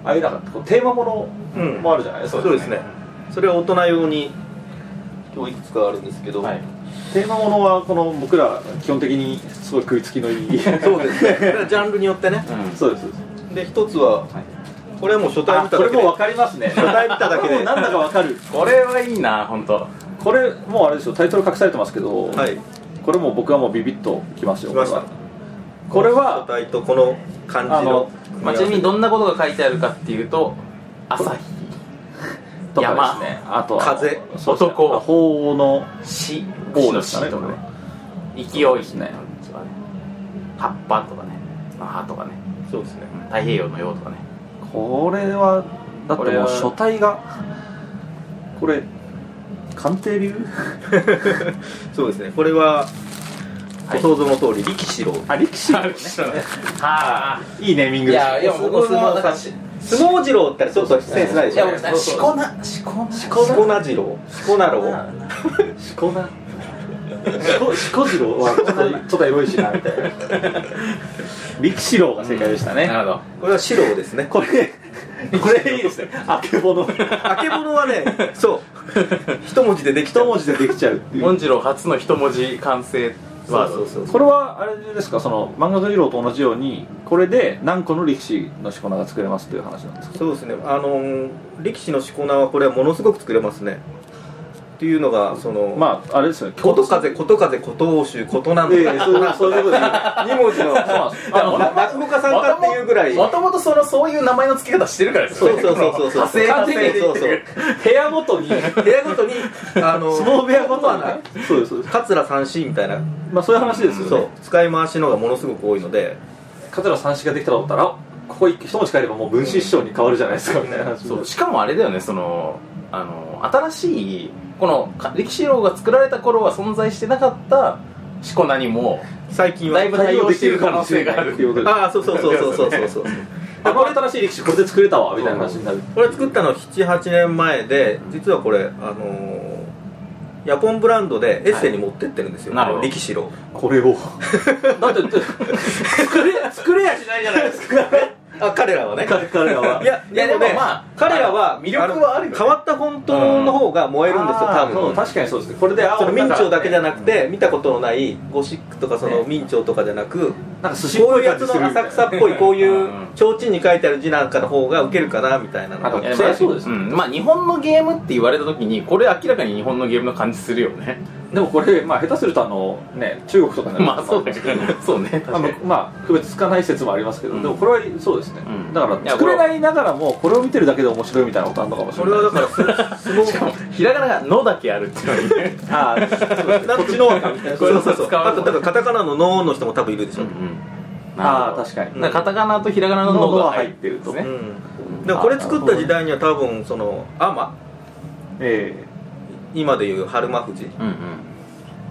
ああいうなんかこうテーマも
う
の
ん
もあるじゃないですか、
そうですねそれは大人用に今日いくつかあるんですけど、
はい
テーマものはこの僕ら基本的にすごい食いつきのいい
そうですねジャンルによってね
うん
そうですそうです
で一つは
はい
これはもう初対
あ
見た
こ
だ
れ
けで
もわかりますね
初対見ただけ
もう
で
なんだかわかる
これはいいな本当。
これもうあれですよタイトル隠されてますけど、
はい
これも僕はもうビビッときますよ
来ました
これ
書
は
体とこの漢字の
まあ、ちなみにどんなことが書いてあるかっていうと朝日
とかですねあとは
風
そうですね
男
あ鳳凰の
死
棒
の
です
死
かね
とかね
こ
勢いとか
ですね
ね葉っぱとかねまあ葉とかね
そうですね
うん太平洋のようとかね
これはだっ
こ
て
れ
もう
は
書体がこれ鑑定流
そうですねこれは
はい
ご想像の通り力士郎
あ力士
はあ
いいネーミングですね
いや僕もなんか
相撲次郎ってちょっとセンスないでしょ
しこなしこなし
しこな次郎しこな郎
しこなしこしこ次郎 はちょっとちょっとエロいしなみたいな力士郎が正解でしたね、
なるほど
これは四郎ですね
これこれいいですねあけぼの
あけぼのはねそう一文字でできた
一文字でできちゃうっていう
文次郎初の一文字完成ワード
そう
これはあれですかその漫画の色と同じようにこれで何個の力士のしこ名が作れますという話なんですか
そうですねあのー力士のしこなはこれはものすごく作れますねっていうのがその
まああれですよね
こと風こと風こと欧州ことなん
ええ
とか
そういうそういうことで
二文字の
そうなんですあの
な落語家さんかっていうぐらい
もともとそのそういう名前の付け方してるからです
そ
よ
う
ね
そうそ うそう
派
そう
生
完
派生
全にそうそう
部屋ごとに相
部屋ごとにあの
撲部屋ごとにねそうですそうです
桂三振みたいな
まあそういう話ですよね
そう使い回しのがものすごく多いので
桂三枝ができたと思ったらここ一文字変えればもう分子師匠に変わるじゃないですかみたいな話
そうしかもあれだよねそのあの新しいこのか歴史郎が作られた頃は存在してなかったしこなにも
最近は
だいぶ対応している可能性がある
っていうことです
ああそうそうそうそうそうそ うそう
あこれ新しい力士これで作れたわみたいな話になる
これ作ったの78年前で実はこれあのーヤポンブランドでエッセイに持ってってるんですよ、
はいなるほど
力士郎
これをだって作れ作れやしないじゃないですか
あ彼らは ね
彼彼らは。
いや
いや
でもね
でもまあ
彼らは
魅力はあるよね
の変わった本当の方が燃えるんですよ多
あーそう
分
確かにそうですねこれであ
その明朝だけじゃなく
ね
て見たことのないゴシックとかその
ね
明朝とかじゃなく
なんか寿司っ
こう
ぽ
いう
い
や
感
つ
じする
の
みたい
浅
な
草っぽいこういう
うん
提灯に書いてある字なんかの方がウケるかなみたいなの
あと
が
や
それはそうです
う
ね
ん、まあ日本のゲームって言われた時にこれ明らかに日本のゲームの感じするよ ね
でもこれまあ下手するとあのね中国とかになる
まあそうだけど そうね
まあまあまあ区別つかない説もありますけど、
うん
でもこれはそうですね、
うん
だか
い
ら
や
作れないながらもこれを見てるだけで面白いみたいなことあるのかもしれ
そ
ない
れはだからすすご
しかも
く
ひらがなが「の」だけあるっていうのにね
ああそうですね
こっちの方みたいな
こ
そ
れ
う
も
そうそう
使う
あとだからカタカナの「ノー」の人も多分いるでし
う
ょ
んうん
ああ
なるほど
確かに
だからカタカナとひらがなの「の」が入ってるんです
う
ね、
んだからこれ作った時代には多分その「アマ
ええ」
今でいう春馬富士
うんうん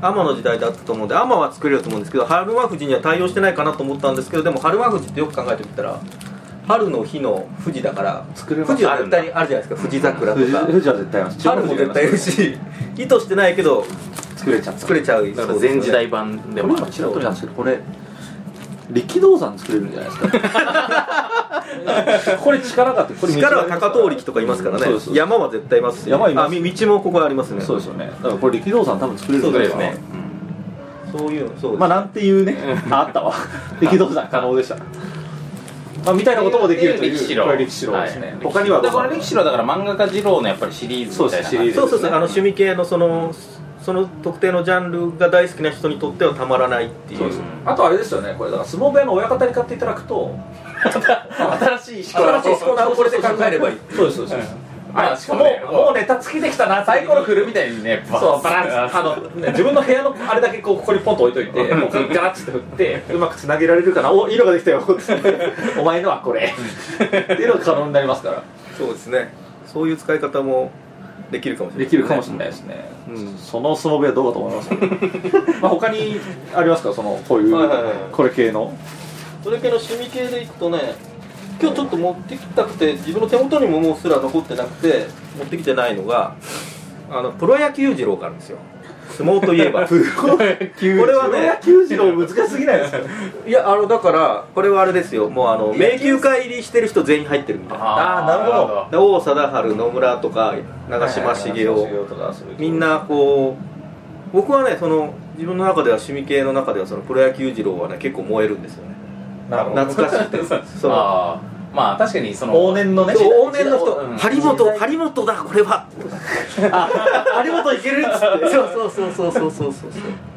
アマの時代だったと思うんでアマは作れると思うんですけど春馬富士には対応してないかなと思ったんですけどでも春馬富士ってよく考えてみたら春の日の富士だから
作れます
富士は絶対にあるじゃないですか富士桜 と
藤
か
藤は絶対あります
春も絶対いるし意図してないけど
作れちゃった
作れちゃう
だから全時代版で
これ
も
今ちらっと見たんですけどこ れ力道山作れるんじゃないですかこれ力があってこれ道が
力は高遠力とかいますからね
そうですそうです
山は絶対いますし
山います
あみ道もここありますね
そうですよねだからこれ力道山多分作れるん
そ
じ
う
ゃない
で
ですす
ね
か
そういうのそうです
まあなんていうねああったわ力道山可能でしたまあみたいなこともできるという
力士郎
これ力士郎です
は
ね
い
他には
だからこれ歴史郎だから漫画家二郎のやっぱりシリーズみたいな
そうですシリーズ
そうそうそう、あの趣
味
味系のそのその特定のジャンルが大好きな人にとってはたまらないっていう
そうですあとあれですよねこれだから相撲部屋の親方に買っていただく と
新しい
新しいコーナーをこれで考えればいい
そ
そうですそうです
まあ
あ
し
も
かもね
うもうネタつきてきたな
サイコロ振るみたいにね
そうバランスあの、ね、自分の部屋のあれだけこうここにポンと置いといてもうガラッつって振ってうまくつなげられるかなおいいのができたよ つってお前のはこれっていうのが可能になりますから
そうですねそういう使い方もできるかもしれ
で
ない
きるかもしれないですね、
うん
その相撲部屋どうかと思いますけど まあ他にありますかそのこういう、
はいはいはい
これ系 の
それ系の趣味系でいくとね今日ちょっと持ってきたくて自分の手元にももうすら残ってなくて持ってきてないのがあのプロ野球二郎があるんですよ相撲とい えばこ
これ
れは
はね
ね
野球児の難しすぎないですか
いやあのだからこれはあれですよもうあの迷宮会入りしてる人全員入ってるみたいな
あ
あーなるほど
で王貞治野村とか長嶋茂雄、
とかそういう
みんなこう僕はねその自分の中では趣味系の中ではそのプロ野球二郎はね結構燃えるんですよね
なるほど
懐かしくてその
あーまあ確かにその
往年のね
そう往年の人
うん
「張本張本だこれは」
あれもといけるっつって
そうそうそうそうそうそうそう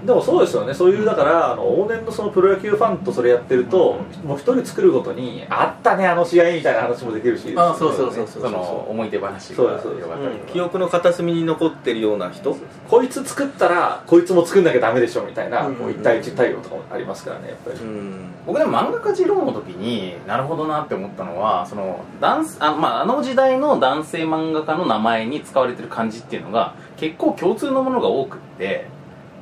でもそうですよねそういうだからあの往年のそのプロ野球ファンとそれやってると、もう一人作るごとにあったねあの試合みたいな話もできるし
あそうそうそうそう
その思い出話が
そうですそうです
よかったりとか
記憶の片隅に残ってるような人
こいつ作ったらこいつも作んなきゃダメでしょみたいな、
うんうんうん
こう一対一対応とかもありますからねやっぱり、
うん
僕でも漫画家二郎の時になるほどなって思ったのはその男あ,、まあ、あの時代の男性漫画家の名前に使われてる漢字っていうのが結構共通のものが多くって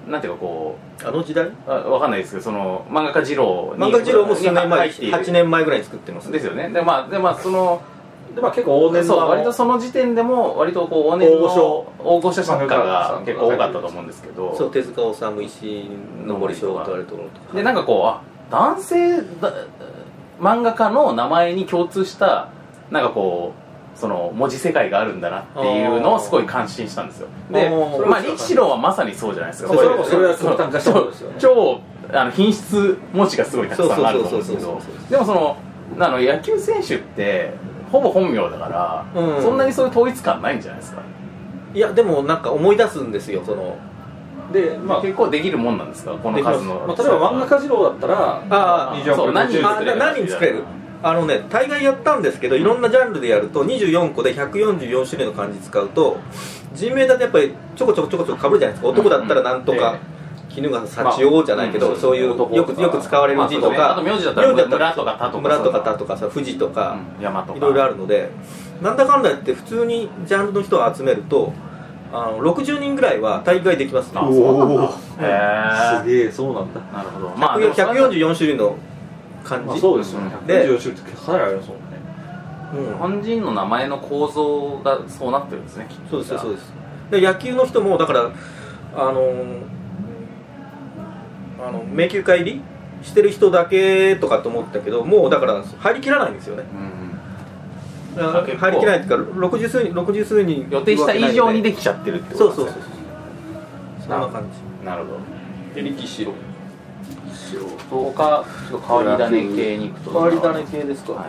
なんていうかこ
あの時代
うあわかんないですけどその漫画家二郎に
漫画二郎も数年前
入っている
8年前ぐらいに作ってます
ですよねでまあでまあその
でまあ結構往年
そう
のあ
割と
の
その時点でも割とこう往年の
大御所
大御所作家が結構多かったと思うんですけど
そう手塚治虫石森章とあるところとか
でなんかこうあ男性だ漫画家の名前に共通したなんかこうその文字世界があるんだなっていうのをすごい感心したんですよで
あー
まあ力士郎はまさにそうじゃないですか
そう
それ
う
も
それはそう単価したことですよね
超あの品質文字がすごいたくさんあると思うんですけ
そう
ど
そうそうそうそう
でもそのあの野球選手ってほぼ本名だから、
うん
そんなにそういう統一感ないんじゃないですか
いやでもなんか思い出すんですよその
でまあ、
結構できるもんなんですかこの
できます
数の、
まあ、例えば漫画家二郎だったら
ああ
二条
そう何人
あ
作れ
な
る
何作れるあのね大概やったんですけどいろんなジャンルでやると24個で144種類の漢字使うと人名だとやっぱりちょこちょこちょこちょこかぶるじゃないですか男だったらなんと
うんうん
か
え
絹が幸王じゃないけど、
まあうん
そういう
そうですね
よくよく使われる字と
まあ
か、
そうですねあと名字だったら村とか田とか
村とか田とかさ富士とか、
うん山とか
いろいろあるのでなんだかんだ言って普通にジャンルの人を集めるとあの60人ぐらいは大概できますね
あ
おお
へ
すげえそうなんだ、
なるほどまあでもそれは
144種類の漢字、
まあ、そうですよね
で
124種類ってかなりありますもんね
うん
日本人の名前の構造がそうなってるんですねきっと
そうですそうですで野球の人もだからあのーあの迷宮会入りしてる人だけとかと思ったけどもうだから入りきらないんですよねだから
結構
入りきらないっていうか60数人60数人
予定した以上に
で
できちゃってるってこ
そ
と
うそうそう
ですね
そんな感じ
なるほど
で力士を
そうかちょっと変わり種系に行くと
変わり種系
ですかはい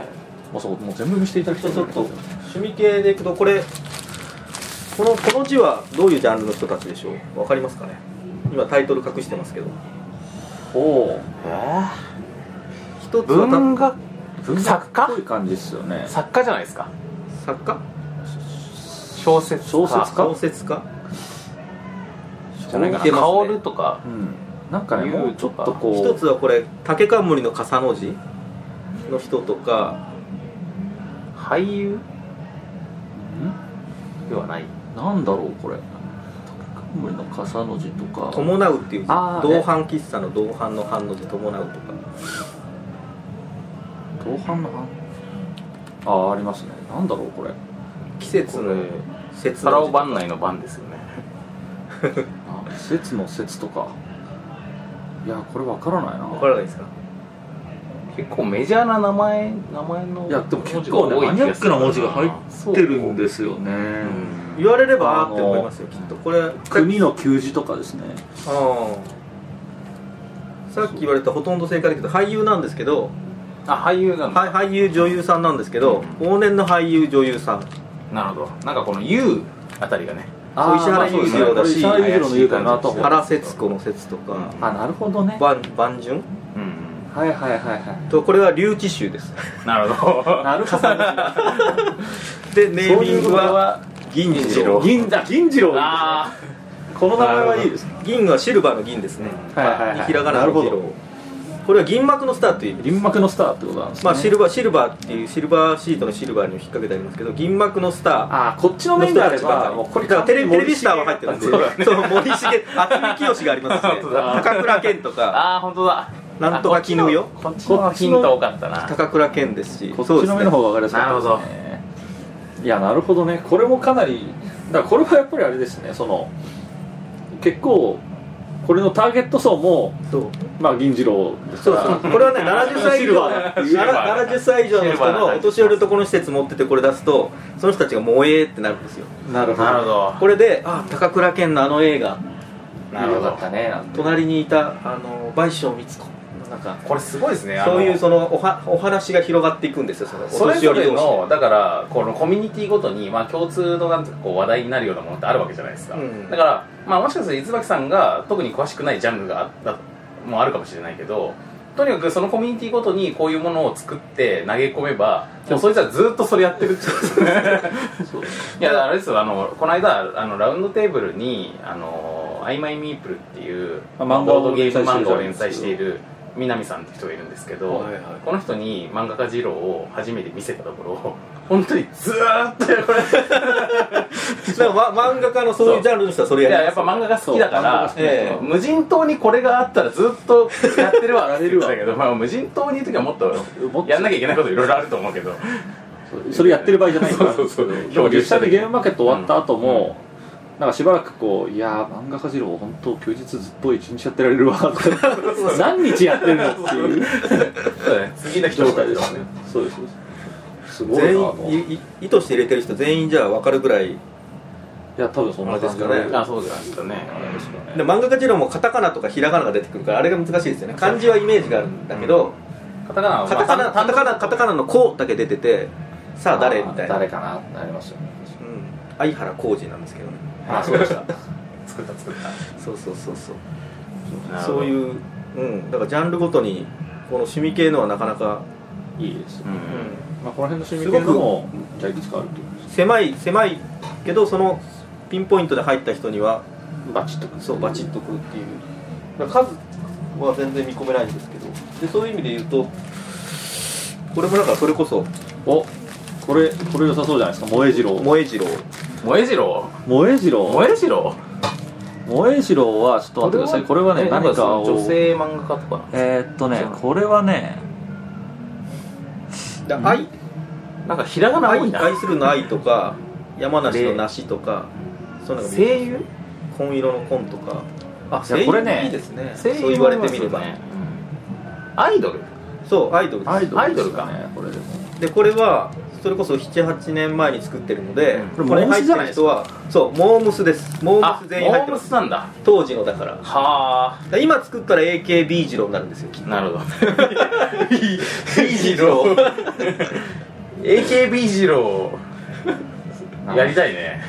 もうそうもう全部見せていただきたい
ちょっと趣味系でいくとこれこのこの字はどういうジャンルの人たちでしょうわかりますかね今タイトル隠してますけど
おお
え
一
ー
つは
文学作家
い感じですよね
作家じゃないですか
た作家
小説家
小説
小説家
じゃないか
似て
な
ますね
薫とか
うんなんかね
言う
もうちょっと
一
こ
つはこれ竹冠の笠の字の人とか
俳優
うん
ではない
なんだろうこれ冠の笠の字とか
伴うっていう字
あー
同伴喫茶の同伴の伴の字伴うとか
同伴の版ああありますねなんだろうこれ
季節
こ
の
れ
節
皿を
の
番内の番ですよね
あ節の節とかいやこれわからないな
字わからないですか
結構メジャーな名前名前の
いやでも結構ねマニアックな文字が入ってるんですよね、
言われればあーって思いますよきっとこれ
国の給仕とかですね
ああさっき言われたほとんど正解だけど俳優なんですけど
あ俳優なんだ
はい俳優女優さんなんですけど往年の俳優女優さん
なるほどなんかこの U あたりがね
あー
石原裕次郎だし
まあそうですねこれ石原裕次郎の言うかなと思う
原節子の節とか
あなるほどね
万万順
うん
はいはいはいは
とこれは留置集です
なるほ
い
ど
なるほど
でネーミングは
は
銀次郎
銀だ銀次郎
あ
この名前はいいですね
銀はシルバーの銀ですね
はいはいはい
ひらがな
なる
の
ほ
銀
ど
郎これは銀幕のスターという意味
銀幕のスターってことなんですね
まあシルバーシルバーっていうシルバーシートのシルバーにも引っ掛けてありますけど銀幕のスター
あーこっちの面であればもうこ
こ
れ
れからテレビテレビスターは入ってるんで、 そう森重、渥美清があり ますね、高倉健と
あ
か、
ああ本当だ
なんとか絹よ、
こっちのヒント多かったな
高倉健ですし、
こっちの目の方が分かりやすかったですねいやなるほどねこれもかなりだからこれはやっぱりあれですねその結構これのターゲット層も
そう
まあ銀次郎です
そ
か
う
ら
そうこれはね、70歳以
シル
上
バーだ
シルバーだ
70歳以上の人のお年寄りとこの施設持っててこれ出すと、その人たちが萌えってなるんですよ、
なるほど
なるほど
これで、あ高倉健のあの映画、
なるほ
よか
ど
ったねなんて
隣にいたあの倍賞美津子のなんか、
これすごいですねあの
そういうそのおはお話が広がっていくんですよ、そのお
それ
年寄
ぞれ
り同士
のだからこのコミュニティごとに、まあ、共通のなんていうかこう話題になるようなものってあるわけじゃないですか、
うん
だから、まあ、もしかすると椿さんが特に詳しくないジャンルがあったもあるかもしれないけどとにかくそのコミュニティごとにこういうものを作って投げ込めばもうそいつはずっとそれやってるってことですね いやあれですよあのこの間あのラウンドテーブルに「あのアイマイミープル」っていう
あ
まあ
漫画
ボ
を
ードゲーム
連載してる
漫画を連載している南さんって人がいるんですけど、
はい
はい
この人に漫画家二郎を初めて見せたところ本当にずーっとこれ
だからま漫画家のそういうジャンルの人はそれ
い
や
や
り
や
ま
っぱ
す
漫画が好きだから、
そう漫画が好き
だから
ええ無人島にこれがあったらずっとやってるわやれるわだけど、まあ、無人島にいる時はもっと
もっと
やんなきゃいけないこといろいろあると思うけど
それやってる場合じゃないから
そうそうそう
でも実際にゲームマーケット終わった後も、なんかしばらくこう「いやー漫画家次郎本当休日ずっと一日やってられるわ」とか何日やってるのっていう
そうだね次の人
状
とか
態
で
ですす
ね
ねそうですそうですすごいな
全
と
員いい意図して入れてる人全員じゃあ分かるぐらい
いや多分そんな感じ
あれですかね
あそうですね
で漫画家次郎もカタカナとかひらがなが出てくるからあれが難しいですよね漢字はイメージがあるんだけど、
カタカナは
カタカナカタカナカタカナの「こ」だけ出ててさあ誰みたいな、
誰かなってなりますよね
うん、相原浩二なんですけどね
あそうでした作った作った
そうそうそうそう
なるほど
そういう、うん、だからジャンルごとにこの趣味系のはなかなか、
いいです、
うん
まあ、この辺の趣味系のもじゃあいくつかあるってことで
狭い狭いけどそのピンポイントで入った人には
すバチッとくる
そうバチッとくるっていうだから数は全然見込めないんですけどでそういう意味で言うとこれもなんかそれこそ
おこれこれ良さそうじゃないですか萌え次郎
萌え次郎
萌え次郎
萌え次郎
萌え次郎
萌え次郎はちょっと待ってくださいこれはね
えなん
何かを
その女性漫画家とかな
えーっとねこれはね
だ愛
なんかひらがな多い
愛
な
愛するの愛とか山梨の梨とかそういうのが
声優
紺色の紺とかあ
いやこれね
いいですね
声
そ
優
う言われてみれば、
もありますよねアイドル
そうアイドルです
アイドルか
ねこれでも
でこれはそれこそ78年前に作ってるので、
うん
これに入
モームス
って
じゃない
る
です
人はそうモームスですモー
あ
ムス
モ
全員入っ
ー
て
ム
ま
ス
す
なんだ
当時のだからだか
は
ら今作ったら AKB 次郎になるんですよきっ
あなるほど
と B 次郎
AKB 二郎やりたいね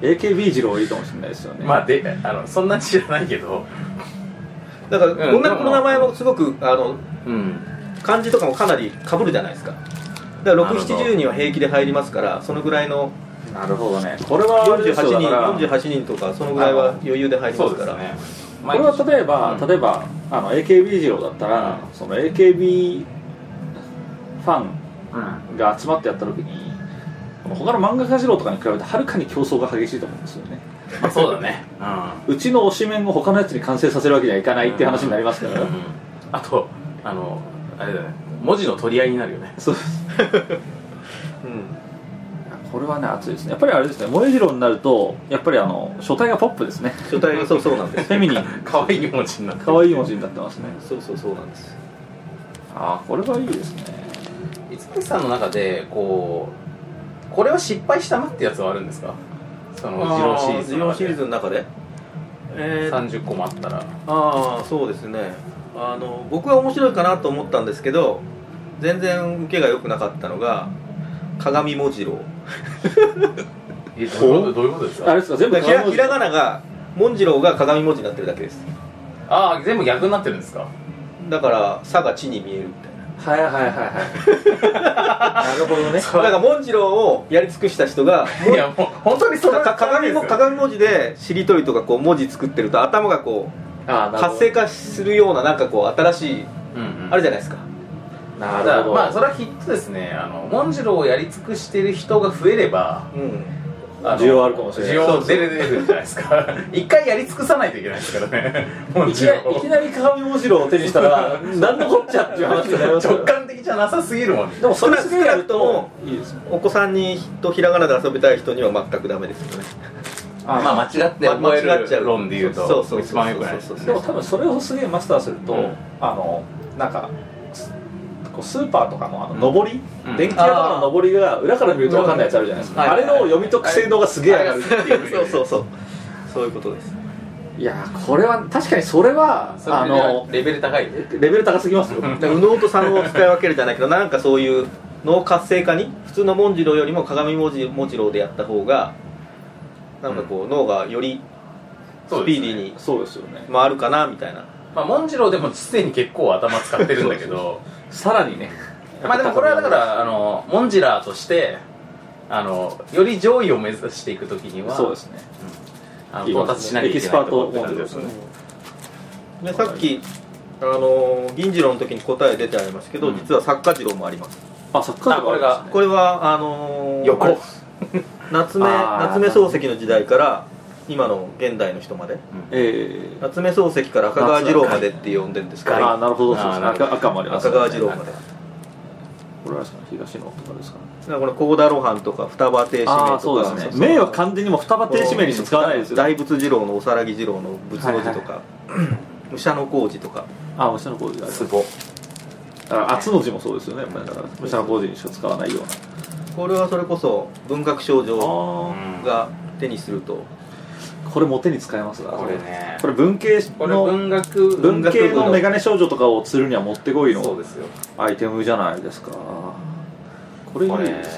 AKB 二郎いいかもしれないですよね
まあであのそんな知らないけど
だから女の子の名前もすごくあの
うん
漢字とかもかなり被るじゃないですかだから
なるほど
670人は平気で入りますからそのぐらいの
なるほどねこれはあれです
48
よだ
人
から
48人とかそのぐらいは余裕で入りま
そう
す
で
か
す
ら
ね
これは例えば、
うん
例えばあの AKB 二郎だったら、その AKB ファ
うん
ンが集まってやった時に他の漫画家二郎とかに比べてはるかに競争が激しいと思うんですよね
まあそうだねうん
うちの推しメンを他のやつに完成させるわけにはいかないっていう話になりますから、
あとあのあれだね文字の取り合いになるよね
そう
うん
これはね熱いですねやっぱりあれですね萌え二郎になるとやっぱりあの書体がポップですね
書体がそうそうなんです
フェミニン
可愛い文字になって
可愛い文字になってますね
そうそうそうなんです
ああこれはいいですね
五木さんの中でこうこれは失敗したなってやつはあるんですかその二郎シリーズ
二
の
郎
中
シ
で
リーズの中でえー
30個もあったら
ああそうですねあの僕は面白いかなと思ったんですけど全然受けが良くなかったのが鏡文字郎
えどういうどういうことです
あ
か
れですか全部
ひらひらがなが文次郎が鏡文字になってるだけです
ああ全部逆になってるんですか
だから「さ」が「ち」に見えるみたいな
はいはいはいはい なるほどね
だから文次郎をやり尽くした人 が
いやもう本当にそ
か
の
か鏡も鏡文字でしりとりとかこう文字作ってると頭がこう
ああなるほ
活性化するようななんかこう新しい
うんうん
あるじゃないですか
どな
た
る
だ
ほど
まあそれはきっとですねあの文次郎をやり尽くしてる人が増えれば
うん
あの
需要あるかもしれな
需
い
要出る出るじゃないですか 一回やり尽くさないといけないですからねもう
いきな りいきなり鏡文字郎を手にしたら何のこっちゃっていう話になりますよ
直感的じゃなさすぎるもんね
でもそれすげえやる
少な
と
く
いいですよ
お子さんにとひらがなで遊びたい人には全くダメですよね
まあ間違って覚え
ま間違っちゃ
る
う
論で言うと
そうそうそうそう
一番良くないです
そう
で
そう
も多分それをすげえマスターすると、
うん
あのなんかすこうスーパーとかのあの上り、
うん
電気屋とかの上りが裏から見ると分かんないやつあるじゃないですか、
うん
あれの読み解く性能がすげえ上がるっていう
そうそうそうそういうことです
いやーこれは確かにそれは
それ
あの
レベル高いね
レベル高すぎますよ
だから右脳と左脳を使い分けるじゃないけどなんかそういう脳活性化に普通の文次郎よりも鏡文字文次郎でやった方がなんかこう脳がよりス
そう
ピ
で
ー
す
デ
ね
ィーに
そうですよね
回るかなみたいな
まあ文次郎でもすでに結構頭使ってるんだけど
さらにね
まあでもこれはだからあのモンジラーとしてあのより上位を目指していくときには
そうですね
あの到達しなきゃいけないところって感じですね
でさっきあのー銀次郎の時に答え出てありますけど、
うん
実は作家次郎もあります
あサッカー
あこれが
これはあのー
横
あれです夏目
あー
夏目漱石の時代から今の現代の人まで
ええ
夏目漱石から赤川次郎までって呼んでるんですけ
ああ
ど
なるほどそうで
あー
すね
なるほど
赤赤もあります
赤
ね
川次郎までだか
これは東のとかですかね
らこの幸田露伴とか双葉亭指名と
あ
か
あそうですね名は完全にもう双葉亭指名にしか使わないですよ
大仏次郎のおさらぎ次郎の仏王寺とか、武者の工事とか
ああ武者の工事があります
すご
だから厚の字もそうですよねやっぱりだから武者の工事にしか使わないような
これはそれこそ文学少女
あ
が手にすると
あこれモテに使えますな
これね
これ文系
これ
の
文学
文系のメガネ少女とかを釣るにはもってこい
そう
の
ですよ
アイテムじゃないですかこれいい
これ
で
ね
す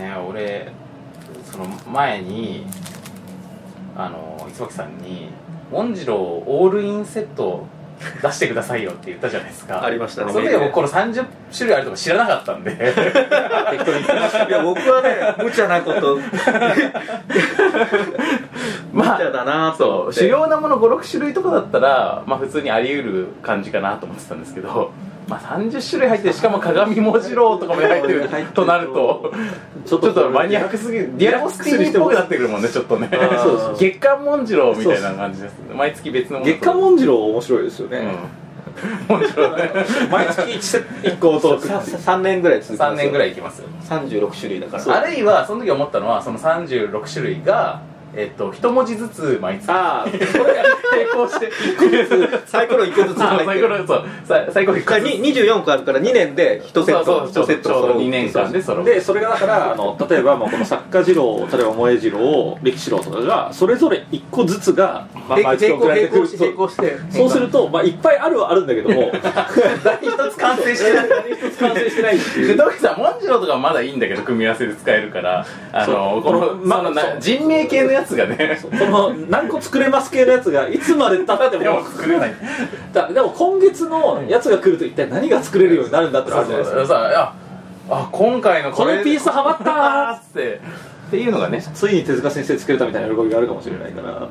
ね
俺その前にあの磯木さんに「モンジローオールインセット出してくださいよ」って言ったじゃないですか
ありましたね
その時は僕この30種類あるとか知らなかったん で
適当に言ってました
いや僕はね無茶なこと無
ま
茶
あ
だなと
そ
思
う
って
主要なもの56種類とかだったらまあ普通にあり得る感じかなと思ってたんですけどまあ30種類入ってしかも鏡文字郎とかも入って るとなると
ちょっ
ちょ
と
っとマニアックすぎるディアゴスティーニっぽくなってくるもんねちょっとね
ーそうそう
月刊文次郎みたいな感じです毎月別のもの
月刊文次郎面白いですよね、
うん文次郎ね
毎月 1, セ1個を送って
3年ぐらい続きます
3年ぐ
らい
らいいきますよ
36種類だから
あるいはその時思ったのはその36種類がえっと一文字ずつ毎月
ああそれ並行して
サイコロ1個ず つ
あ
入っ
サ
て
イコ
る
ロそうさ最後に
かに24個あるから2年で1セット
そうそう
1セッ
ちょう
ト
ど2年間でその
でそれがだから あの例えばもうこの作家二郎例えば萌え二郎力士郎とかがそれぞれ一個ずつが、まあ、毎月
平
送
行
られ
並
てく
行
る
し
そ
並
う
行して
そうすると、まあ、いっぱいあるはあるんだけども
一つ完 成してない
一つ完成してないってい
で
う
ドキさん、モンジロとかまだいいんだけど、組み合わせで使えるから、あの、この、
まあ
そのな
そう
人命系のやつがね、
この何個作れます系のやつがいつまでたって
でも
も
作れ ない。
だでも今月のやつが来ると一体何が作れるようになるんだってのあるじゃないですか
さあ、あ、今回の
このピースハマっ
あ
た
ーっつって、っていうのがね、
ついに手塚先生作れたみたいな喜びがあるかもしれないから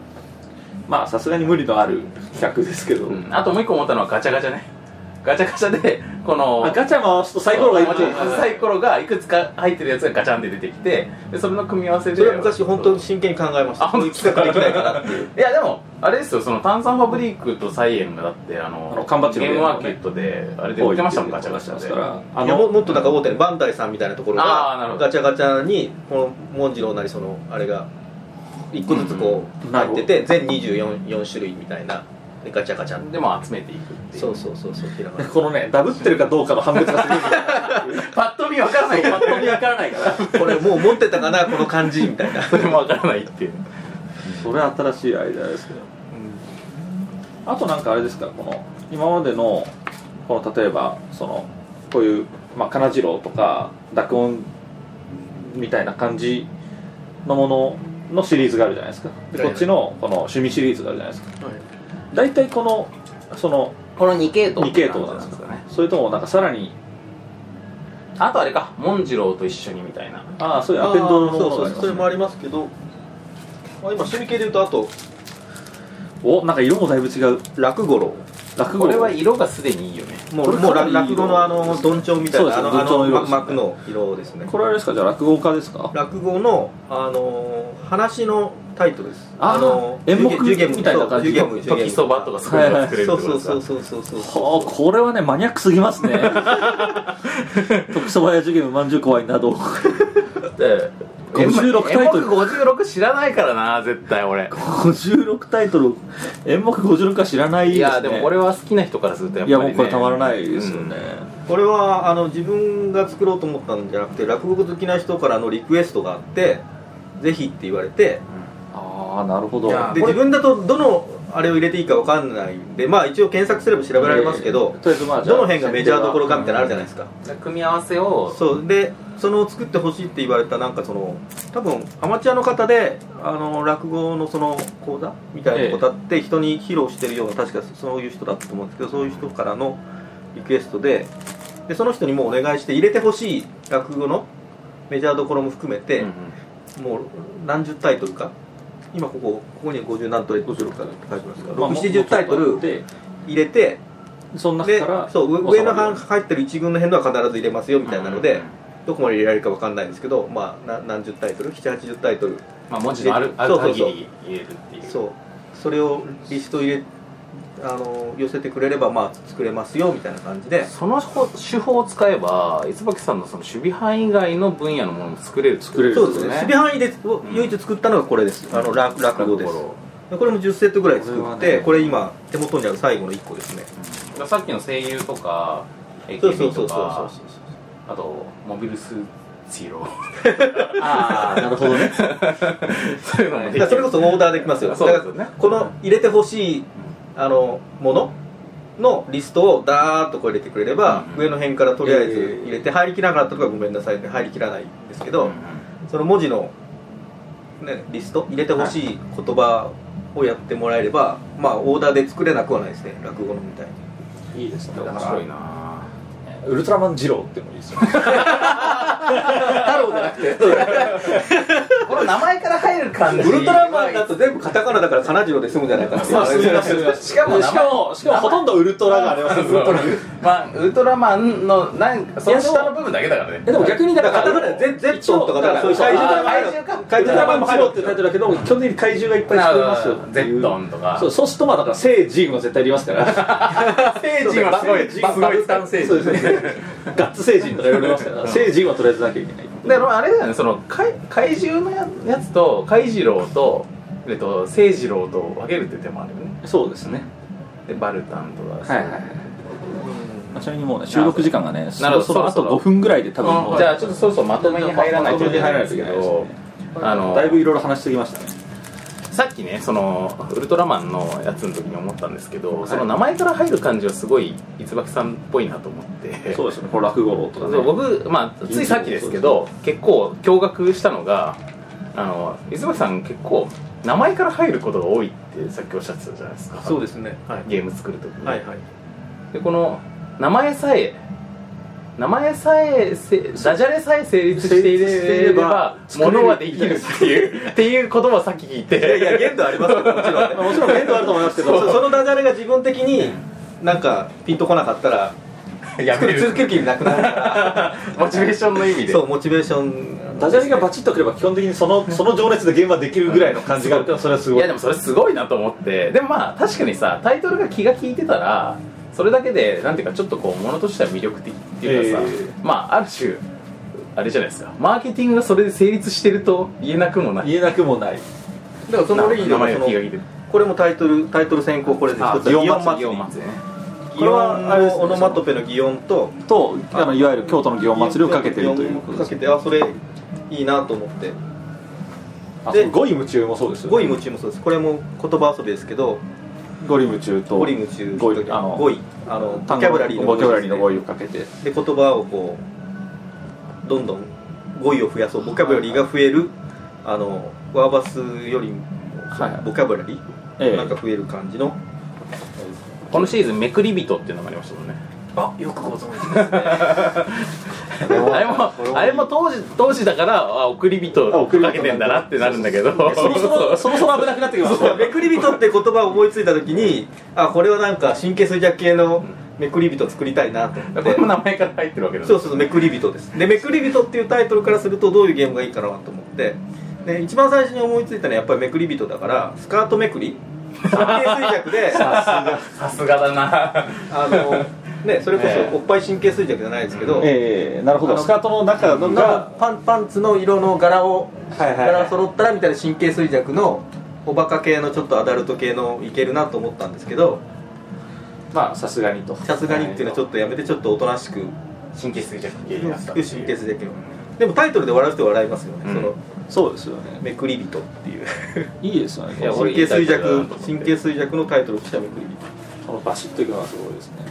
まあさすがに無理のある企画ですけど、
うんあともう一個思ったのはガチャガチャね。ガチャガチャで、この、
あガチャ回すとサイコロが一個
サイコロがいくつか入ってるやつがガチャンって出てきて、でそれの組み合わせで。
それは昔本当に真剣に考えました
あ
こういう企画できないかなっていう
いやでもあれですよその炭酸ファブリックとサイエンがだってあの
あの缶バッジの
ゲ
ゲ
ー
ー
ム
ム
マ
の
ー
ね
ケットであれで売ってましたもんガチャガチャで
あ
いやも
の
もっとなんか大手のバンダイさんみたいなところ
あーなるほど
がガチャガチャにこのモンジローなりそのあれが1個ずつこ
う
うん
なる
入
ほ
っ
ど
てて全24 4種類みたいなでガチャガチャ
でも集めていくっていう
そうそうそうそうひらがな
このねダブってるかどうかの判別がすごい
パッと見わからない
パッと見わからな いから
これもう持ってたかなこの感じみたいな
それもわからないっていう
それは新しいアイデアですけど、あとなんかあれですかこの今までのこの例えばそのこういう、まあ、金次郎とか濁音みたいな感じのもののシリーズがあるじゃないですかで
は
こ
いはい
っちのこの趣味シリーズがあるじゃないですか大体、このその
この2系
2系統なんですかそれともなんかさらに
あとあれかモンジローと一緒にみたいな
ああそういうアペンドのもの
そう
がありま
そうそ
す
れ
ね
もありますけどまあ今趣味系でいうとあと
おなんか色もだいぶ違う
落語ろ
落語
これは色がすでにいいよね
もう
これ
もう
かな
落
り
落語のあのどんちょうみたいなあ
そうで
の
すねど
あ
んちょうの
の
色で
ま
すね
幕の色ですね
これはあれですかじゃあ落語家ですか
落語の、あのー話のタイトルです
あー
の
演目
ジュゲム
みたいな感じ
そうジュゲム
時そばとかそういうのが作れる
そ
っ
う
て
そ
こ
う
と
そう
か
そうそうそう
はあこれはねマニアックすぎます ね特そばや授業まんじゅう怖いなど
で
56タイトル
演目56知らないからな絶対俺
56タイトル演目56は知らないです、ね、
いやでもこれは好きな人からするとやっ
い
ぱり
や
ね
もうこれたまらないですよ
うん
ね、
これはあの自分が作ろうと思ったんじゃなくて落語好きな人からのリクエストがあってぜひって言われて
ああなるほど
いや
で
こ
自
れ
分だとどのあれを入れていいかわかんないんでまあ一応検索すれば調べられますけど
えー、とりあえずまあじゃあ
どの辺がメジャーどころかみたいなのあるじゃないですか
組み合わせを
そうでその作ってほしいって言われたなんかその多分アマチュアの方であの落語のその講座みたいなことあって人に披露してるような確かそういう人だったと思うんですけどそういう人からのリクエストででその人にもうお願いして入れてほしい落語のメジャーどころも含め
う
て、
んうん
もう何十タイトルか今ここここに50何トル56かって書いてますから
まあ
60タイトル
で
入れて
その中
で
から
そう上上の半
収ま
入ってる一軍の辺のは必ず入れますよみたいなので、
うんうん
どこまで入れられるかわかんないんですけど、まあ、な何十タイトル780タイトル
まあ文字のあるあ
そ
る
う
限
そうそう
り言えるっていう
そうそれをリスト入れあの寄せてくれればまあ作れますよみたいな感じで
その手法を使えば椿さんのその守備範囲以外の分野のものも作れる作
れる
そうですね守備
範
範囲でを唯一作ったのがこれです、あの落落語ですでこれも10セットぐらい作
こ
っ
れは
てこれ,、
ね
今手元にある最後の1個ですね
さっきの声優とか
そうそう
AKB
そ
と
うそうそう
かあとモビルスーロー
ああなるほど ね
そういうのもで
だから
き
それ
る
こそオーダーできますよ
そうですよね
だからこの入れてほしいあのもののリストをダーッとこう入れてくれれば、
うん
上の辺からとりあえず
ええ
入れて入りきらなかったとかごめんなさいって入りきらないんですけ
う
ど、
んうん
その文字の、ね、リスト入れてほしい言葉をやってもらえれば、まあオーダーで作れなくはないですね落語のみたいに
いいですね
面白いな
ウルトラマン二郎っていうのもいいですよね
太郎じゃなくて
この名前から入る感
ウルトラマンだと全部カタカナだから金次郎で済むんじゃないかっていう
まあすみませんし
しかも
かもしかもほとんどウルトラがありますよ
まあウルトラマンのなんかその下の部分だけだからね
えでも逆にだ
だ
か
かららカタカナでゼットンとかだからそういう怪
怪
獣
獣
が
怪
入る
獣か
怪
怪
獣
獣
ラマ
が
ン二
入
郎
る
っていうタイトルだけど基本的に怪獣がいっぱい作れますよっていう
ゼットンとか
そうそうするとまあだから聖人は絶対いりますから
聖人はすごいす
バ
ごい使う
そうですねガッツ星人とかいろいろいますから星人はとりあえずなきゃいけない
だからあれだよねその怪怪獣のややつと怪次郎と
えっと、誠二郎と分けるっていう手もあるよね
そうですね
でバルタンとか、
はいはいまあちなみにもうね収録時間がねそ
なる
ろ
ほど
そろあ
そろ
と
そろ
5分ぐらいで多分もう
じゃあちょっとそろそろまとめに入らないといけないんですけ
まとめに入らない
ど
といけ
あの
だいぶいろいろ話してきましたね
さっきねそのウルトラマンのやつの時に思ったんですけど、その名前から入る感じはすごい椿さんっぽいなと思って
そうですねこれ落語とかね
そう僕、まあ、ついさっきですけど結構驚愕したのがあの椿さん結構名前から入ることが多いってさっきおっしゃってたじゃないですか
そうですねはい
ゲーム作るときに、
はいはい
でこの名前さえ名前さえせダジャレさえ成立していればものはできるっていうっていう言葉をさっき聞いて
いやいや限度ありますよもちろんね
もちろん限度あると思いますけ
そ
ど
うそのダジャレが自分的になんかピンとこなかったら
や
作
め
り
る
続ける気なくなるか
モチベーションの意味で
ら そうモチベーション
ダジャレがバチッとくれば基本的にそのその情熱で現場できるぐらいの感じがあるからそれはす
い
ごい
やでもそれすごいなと思ってでもまあ確かにさタイトルが気が利いてたらそれだけでなんていうかちょっとこうものとしては魅力的っていうかさ、
え
まあある種あれじゃないですかマーケティングがそれで成立してると言えなくもない
言えなくもない
だからそのリー
名
ド
前が
の
気が利いてる
これもタイトルタイトル先行これで一つ
あ
擬音祭
祇
り
園祭りね
擬音のオノマトペの擬音と
とあのいわゆる京都の祇園祭りをかけてるということ
か
で
け
す
てあそれいいなと思って
あそうゴイ夢中もそうですよ
語彙夢中もそうですこれも言葉遊びですけど
ゴリ夢中と
語彙夢中
語彙あの
語彙あのボ
単
キ
語
ャブラリーの
ボキャブラリーの語
彙
彙をかけて
で言葉をこうどんどん語彙を増やそうボキャブラリーが増えるあのワーバスよりも
はい
ボキャブラリー、
ええ
なんか増える感じの
このシリーズ「めくり人」っていうのもありましたもんね
あよくご存知です
あれもあれも当時当時だからあ送り人
あ送り人
かけてんだなってなるんだけど
そも そもそもそも危なくなってきます
そうめくり人って言葉を思いついた時にあこれはなんか神経衰弱系のめくり人作りたいなと 思っ
こ
て
れも名前から入ってるわけだ
そうそうそうめくり人ですでめくり人っていうタイトルからするとどういうゲームがいいかなと思ってで一番最初に思いついたのはやっぱりめくり人だからスカートめ くり神経衰弱で
さすがだな
あのねそれこそおっぱい神経衰弱じゃないですけど、
ええなるほ
あ
ど
の
スカートの中の
が
が
パンパンツの色の柄を
はいはい
柄揃ったらみたいな神経衰弱のおバカ系のちょっとアダルト系のいけるなと思ったんですけど
まあさすがにと
さすがにっていうのはちょっとやめてちょっとおとなしく
神経衰弱系になったって
神
いう
経衰弱でもタイトルで笑う人は笑いますよね、
うん
その
そうですよね
めくり人っていう
いいですよね
いやこれ
神経衰
いいタイトルだなと
弱
思って
神経衰弱のタイトルをしためくり人
このバシッといくのはすごいですね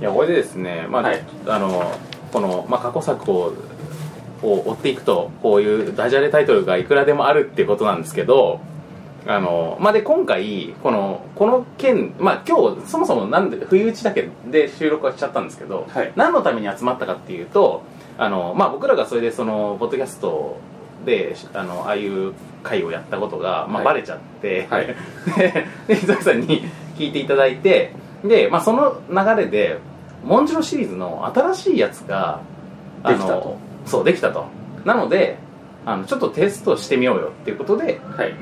いやこれでですね、まあ
はい
あのこの、まあ、過去作をを追っていくとこういうダジャレタイトルがいくらでもあるっていうことなんですけどあの、まあ、で今回このこの件、まあ、今日そもそもなんで不意打ちだけで収録はしちゃったんですけど、
はい
何のために集まったかっていうとあの、まあ、僕らがそれでそのポッドキャストであのああいう会をやったことが、ま
は
あ、
い
バレちゃって、
はい
でで伊沢さんに聞いていただいてで、まあ、その流れでモンジロシリーズの新しいやつがあの
できたと
そうできたとなのであのちょっとテストしてみようよっていうことで
はい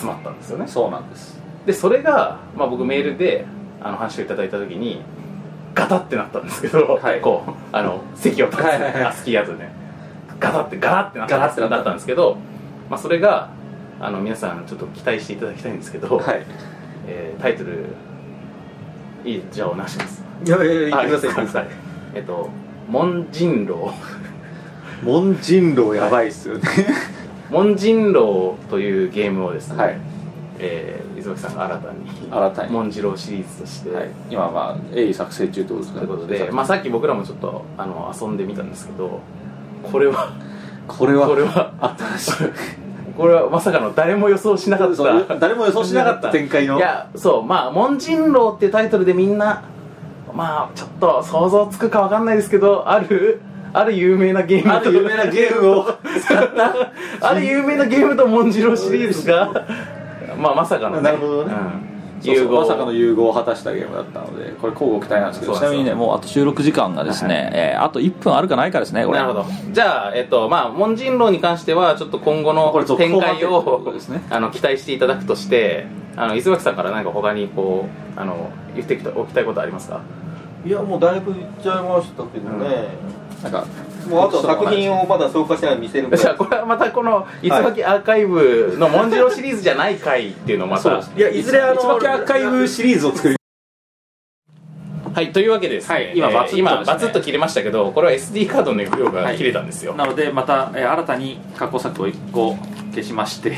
集まったんですよね
そうなんです
でそれが、まあ、僕メールであの話をいただいた時にガタってなったんですけど、
はい
こうあの席を立つ、
はいはいはい
あスキーヤーズねガタってガラってなった
ガラってなった
んですけど、まあ、それがあの皆さんちょっと期待していただきたいんですけど、
はい
えータイトルいいじゃあお願いします
いやいやいや言ってください言って
は
ください
えっと「門人狼」
門人狼やばいっすよね
「門人狼」というゲームをですね、
はい
えー、磯崎さんが新たに
新たに
門次郎シリーズとして、
はい今まあ鋭意作成中ってことです
と
ね
いうことで、まあ、さっき僕らもちょっとあの遊んでみたんですけどこれは
これ
これ
は
はこれはまさかの誰も予想しなかっ
そう
た
誰 も予想しなかった展開の
いやそうまあ「門人狼」っていうタイトルでみんなまあちょっと想像つくかわかんないですけどあるある有名なゲーム
ある有名なゲームを
ある有名なゲームと「モンジロー」シリーズが、 まあ、まさかの、ね、
なるほどね
うん
そうそう
融合
まさかの融合を果たしたゲームだったのでこれ交互期待なんですけど
そう
ち
なんです
な
よ
みにねもうあと収録時間がですね、えーあと1分あるかないかですねこれ
なるほどじゃあ、えっとまあ、門人狼に関してはちょっと今後の
これ続報
展開
待ってるってこ
を
とですね
あの期待していただくとしてあの磯崎さんから何か他にこうあの言っておきたいことありますか
いやもうだいぶ言っちゃいましたけどね、
なんか
もうあと作品をまだ消化してない見せる
じゃあこれはまたこの「いつまきアーカイブ」の「モンジロシリーズじゃない回」っていうのをまた
いやいずれあの
一番アーカイブシリーズを作り
はいというわけですね、
はい今
えー
バツッとですね
今バツッと切れましたけどこれは SD カードの容量が切れたんですよ、
なのでまた、えー新たに過去作を1個消しまして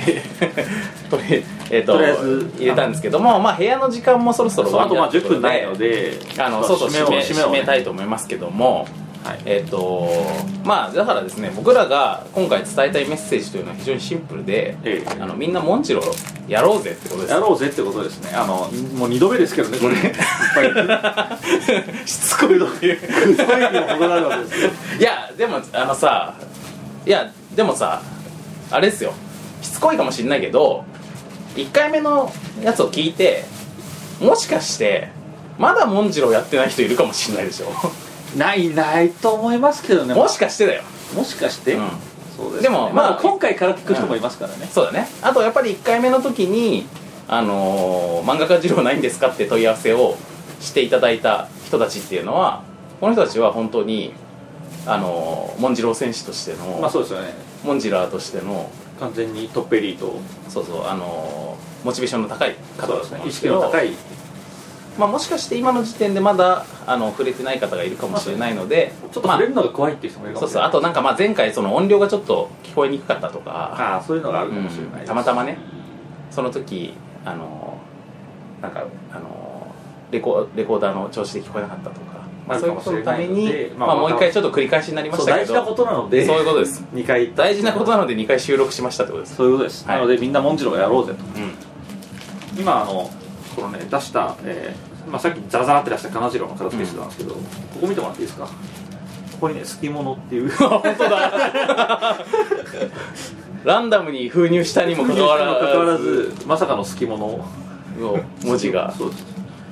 とり,、えーと
とりあえず
入れたんですけども、まあ、部屋の時間もそろそろ
あとまあ
終わりだ
10分ない
という
の
こと
で
あの
ちょ
そ
っ
うそ
と
う締め
締め
締
をね
めたいと思いますけども、
はい
えっ、とまあだからですね僕らが今回伝えたいメッセージというのは非常にシンプルで、
ええ
あのみんなモンチロやろうぜってことです
やろうぜってことですねあのもう2度目ですけどねこれやっぱり
しつこいの言う
声にも程があるわけですよ
いやでもあのさいやでもさあれですよしつこいかもしんないけど1回目のやつを聞いてもしかしてまだモンジロやってない人いるかもしんないでしょ
ないないと思いますけどね
もしかしてだよ、
もしかして、
うん
そうです、
でも
まあ、
まあ
今回から聞く人もいますからね、
そうだねあとやっぱり1回目の時にあのー漫画家二郎ないんですかって問い合わせをしていただいた人たちっていうのはこの人たちは本当にあのー、モンジロ選手としての、
まあそうですよね
モンジラーとしての
完全にトップエリート
そうそうあのーモチベーションの高い方
そ
だ
うで
と
す
思
ね
うん
意
ですけ
識
ど
の高い
まあ、もしかして今の時点でまだあの触れてない方がいるかもしれないので
ちょっと
まあ
触れるのが怖いっていう人もいるか
そ
も
う
し
そう
れない、
あとなんかまあ前回その音量がちょっと聞こえにくかったとか
ああそういうのがあるかもしれないです、
うんたまたまねその時あのなんかあのレコレコーダーの調子で聞こえなかったとか、まあ、そういうことのため
あるかもし
に
れないので
ま
ま
あ
あ
もう一回ちょっと繰り返しになりま
そ
し
う
た
大
け
事
ど
なことなので
そういうことです
2回言った
大事なことなので2回収録しましたってことです、
そういうことです、
はい
なのでみんなモンジローやろうぜと
うん
今あのこのね出した、えーまあ、さっきザザーって出した金次郎の片付けしてたんですけど、ここ見てもらっていいですかここ にね「すきもの」っていう本当だ
ランダムに封入したにもかかわらず
かかわらずまさかの「すきもの
の」文字が
そうです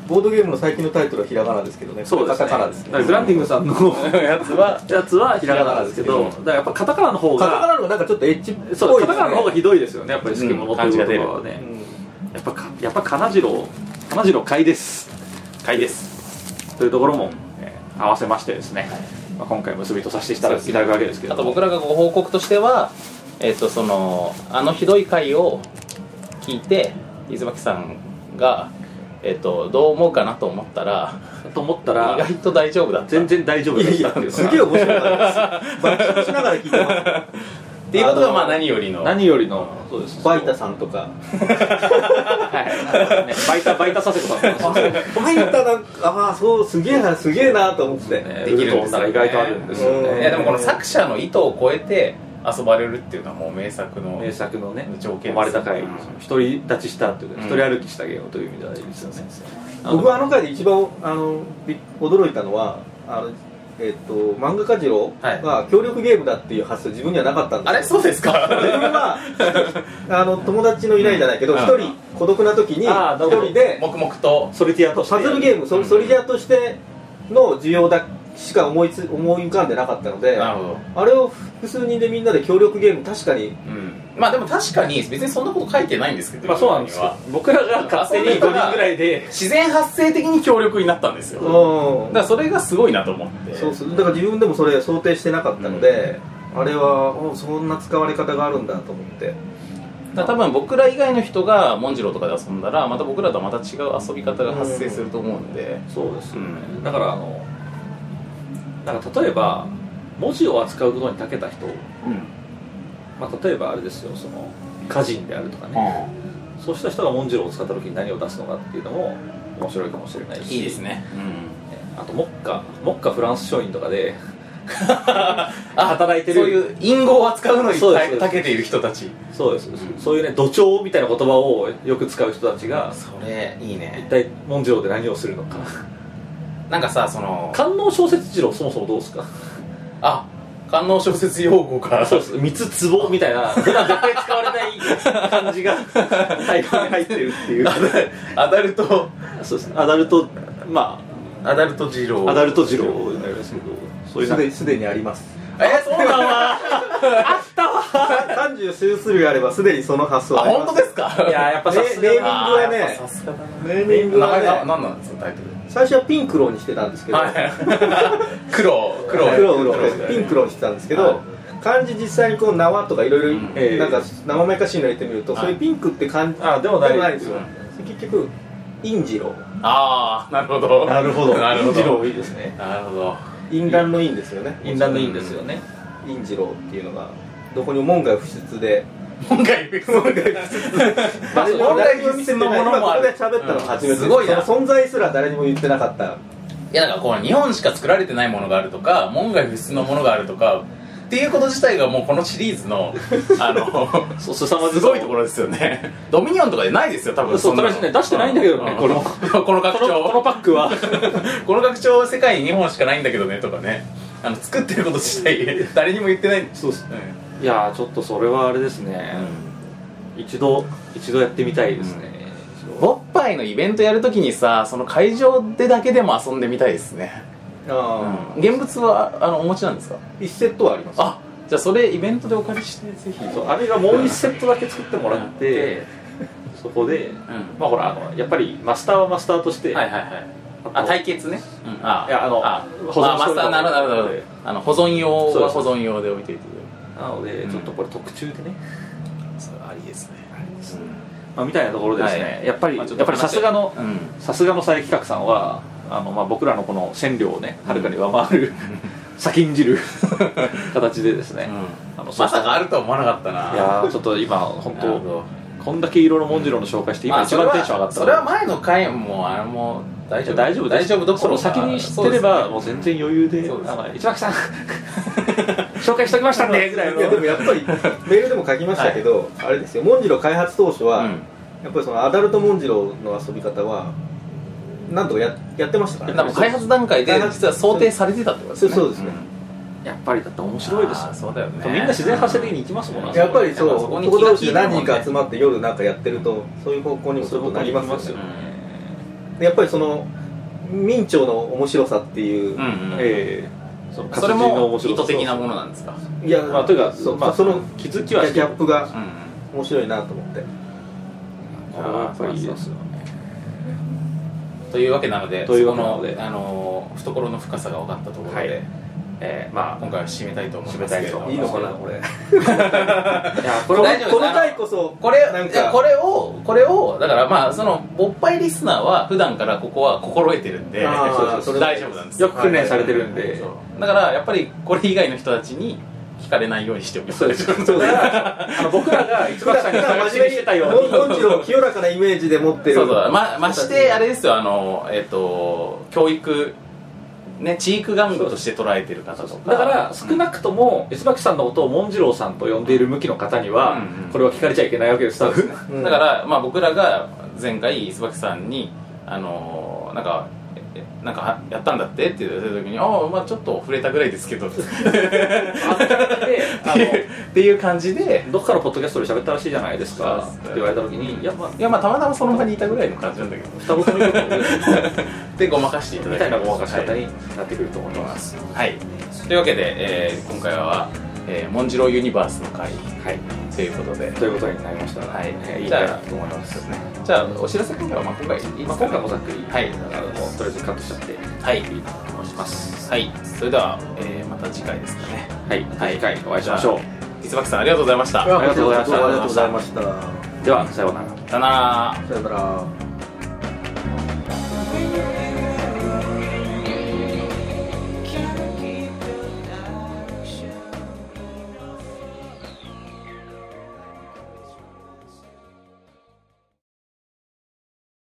ボードゲームの最近のタイトルはひらがなですけどね
そうです、ね、
カタカナですね
だからグランティングさんの
やつは
やつはひらがなですけどだからやっぱカタカナの方
カタカ
が
ナのがなんかちょっとエッジっぽいですね
そうカタカナの方がひどいですよねやっぱり「すきもの」
うん
っていう言葉は
う
ね、
ん
やっぱかやっぱ金次郎金次郎買いです
買いです
というところも、えー合わせましてですね、まあ、今回結びとさせていただくいただくわけですけ ど
あと僕らがご報告としてはえっ、とそのあのひどい回を聞いて伊豆巻さんがえっ、とどう思うかなと思ったら
と思った
意
ら
外と大丈夫だった
全然大丈夫
い
だ
や
っ
い
たっていう
や
の
す
が
げえ面白かったです爆笑しながら聞いてます
っていうことがまあ何よりの
何よりのそうです
バイタさんと
は
か
い、ね、バイタバイタさせてもらってますね
バイタなんかああそうすげえなすげえなと思って、
できるんですよねウルトンなら意外とあるんですよ
うん
い
ね
やでもこの作者の意図を超えて遊ばれるっていうのはもう名作の
名作のね
条件です
生まれた回
うん
独り立ちしたというか
うん
独り歩きしたゲームという意味ではいいですよね
僕はあの回で一番あのび驚いたのはあのえっと漫画家次郎が協力ゲームだっていう発想自分にはなかったんです
あれそうですか
自分はあの友達のいないじゃないけど
うん
一、人孤独な時に
あーな
一
るほど
人 で
黙々と
ソリティアとして
パズルゲームソソリジャーとしての需要だしか思いつ思い浮かんでなかったので
なるほど
あれを複数人でみんなで協力ゲーム確かに
うんまあでも確かに別にそんなこと書いてないんですけど
まあそうなんですよ僕らが勝手に5人ぐらいで
自然発生的に協力になったんですよ
う
だからそれがすごいなと思って
んそうそうだから自分でもそれ想定してなかったので、あれはおそんな使われ方があるんだと思って
だから多分僕ら以外の人がモンジロとかで遊んだらまた僕らとはまた違う遊び方が発生すると思うんで
そうです
う
よね
ん
だからあのなんか例えば文字を扱うことに長けた人、まあ、例えばあれですよその歌人であるとかね、そうした人が文字を使った時に何を出すのかっていうのも面白いかもしれないし
いいですね
あと目下目下フランス書院とかで働いてる
そういう隠語を扱うのに
そうです
たけている人たち
そうです、そういうね土壌みたいな言葉をよく使う人たちが
それいい
一
ね
体文字をで何をするのか
なんかさその
官能小説次郎そもそもどうですか
あ官能小説用語か
そうです三つ壺みたいな普段絶対使われない漢字が大量に入ってるっていう
アダルト
そうですアダルトま
アダルト二郎
あアダルト次郎になりますけどそういう
す
なんか
ですでにあります
えそうなの
30数種類あればすでにその発想
あ
はあります
本当ですか
いややっぱさすが
ネーミング
だな
はね
さすがだね
ネーミ
名
ングは
前が
ね
何なんですかタイトル
最初はピンクローにしてたんですけど、
はい黒黒
黒黒ピンクローにしてたんですけど、
は
漢字実際にこう縄とかいろいろ
ええ
なんか生めかしいの入れてみると、
はい
そういうピンクって漢字
あでもない
でもないですよ、結局インジロー
ああなるほど
なるほど
なる
イ
ほ
ンジロ
ど
ーいいですね
なるほど
インランのインですよね
インランドインですよね
インジローっていうのがどこにも門外不出で
今回
まあ、
そう
問題を見せてな
も
い
の
今
も
こ
あ
こ
る
で喋ったの初
う
めて、
んすごいな
その存在すら誰にも言ってなかった
いやだからこう日本しか作られてないものがあるとか門外不出のものがあるとかっていうこと自体がもうこのシリーズ のあの
そうすさまじ
すごいところですよねドミニオンとかでないですよ多分
そう
なの
確かにね出してないんだけどね
うん
この
この拡
このこの
張
パックは
この拡張世界に日本しかないんだけどねとかねあの作ってること自体 誰にも言ってない
そうっす
うん
いやーちょっとそれはあれですね、一度一度やってみたいですね、
ボッパイのイベントやるときにさその会場でだけでも遊んでみたいですね、
あ
現物はあのお持ちなんですか
ー、1セットはあります
あじゃあそれイベントでお借りしてぜひ
そうあるいはもう一セットだけ作ってもらって、そこで、まあほらあのやっぱりマスターはマスターとして、
はいはいはい
あと
あ対決ね、あ
いやあの
あ
保存
まあマ
してお
ス
い
タ
た
ー
方が
なるほどなるほどあの保存用
そうで
は
す
保存用で置いていて
なので、
うん
ちょっとこれ特注でね、
それありですね
まあ、みたいなところですね、
はい
やっぱり、
まあちょっ
や
と
っぱりさすがの
うん
さすがの再企画さんはあの、まあ、僕らのこの線量をねはるかに上回る、先んじる 形でですね、あの
まさかあるとは思わなかったない
やーちょっと今本
なるほど
当こんだけいろいろ文次郎の紹介して今
まあ
一番テンション上がった
それはそれは前の回もあれも大丈夫
大丈夫で
大
す
丈夫どころか
その先に知ってればもう全然余裕で
そうです
あの市 脇さん紹介しときましたねぐらいの
いやでもやっぱりメールでも書きましたけど、あれですよモンジロ開発当初は、
うん
やっぱりそのアダルトモンジロの遊び方はなんとかややってましたから
なんか開発段階で実は想定されてたってことですね
そうそうですね
やっぱりだって面白いです
あーそうだよね
みんな自然発生的に行きますもん
やっぱりそう
やっぱそこに気が
男同士で何人
利いてるもん
か
ね
集まって夜なんかやってるとそういう方向にもち
そう
ょ
い
っ
うこ
と
と
な
に
り
な
ま
り
す
ま
よ
す
ね
よね、
でやっぱりその明朝の面白さっていう、
うんうん
ええその
それ
活字の
も
面
意
白さ
図的なものなんですか
いや、
まあというか
そう
まあ
その
気づき
ギ
は
ャ
して
ギャップが
うん
面白いなと思って
これはやっぱりいいですよね
というわけなので
という
そ
わ
こ
けな
の
ので
あのー懐の深さが分かったところで、
はいええまあ
今回は締めたいと思いますけれども
いいのかなこれ
いや
こ
こ
れ
れ
大丈夫
この回こそ
これ
なん
いや
か
これをこれをだからまあその勃発リスナーは普段からここは心得てるんで
あー
そうそう
そ れ
大丈夫なんです
よく訓練されてるんで、
そうだからやっぱりこれ以外の人たちに聞かれないようにしておきましょう
そうあの僕らが一
普
番
段
最初に
真面目
してた
に
よ
モン
う
モンジロを清らかなイメージで持ってる
そうそうまましてあれですよあのえっ、と教育ね地域玩具として捉えてる方と
に
か
だから少なくとも磯崎さんのことを文次郎さんと呼んでいる向きの方に
う
は、
んうん
これは聞かれちゃいけないわけです多分
うん
だから、まあ、僕らが前回磯崎さんに「あのーなんかえなんかはやったんだって?」って言った時に「ああまあちょっと触れたぐらいですけ ど」って
であ
いうっていう感じで
のどっかのポッドキャストで喋ったらしいじゃないですか
そうです
って言われた時にいやまあ
いやまあたまたまその場にいたぐらいの感じなんだけど
双子ということで
でごまかしていただ
み
いた
たいなごまかし方
はい
になってくると思います、
はいというわけで、えー今回は、えー、モンジローユニバースの回
はい、
ということで
ということになりました
はい
ねいい
じゃあ
なと思います
じゃあお知らせ今回はまあ今回いいで
まあ、
すか
今回もざっくり、
はい
あのとりあえずカットしちゃって
はい
おします
はいそれでは、えーまた次回ですかね
はい、はい、次回お会いしましょう
磯崎さんありがとうございました
あ
りがとうございました
ありがとうございました
ではさようなら
さよなら
さよなら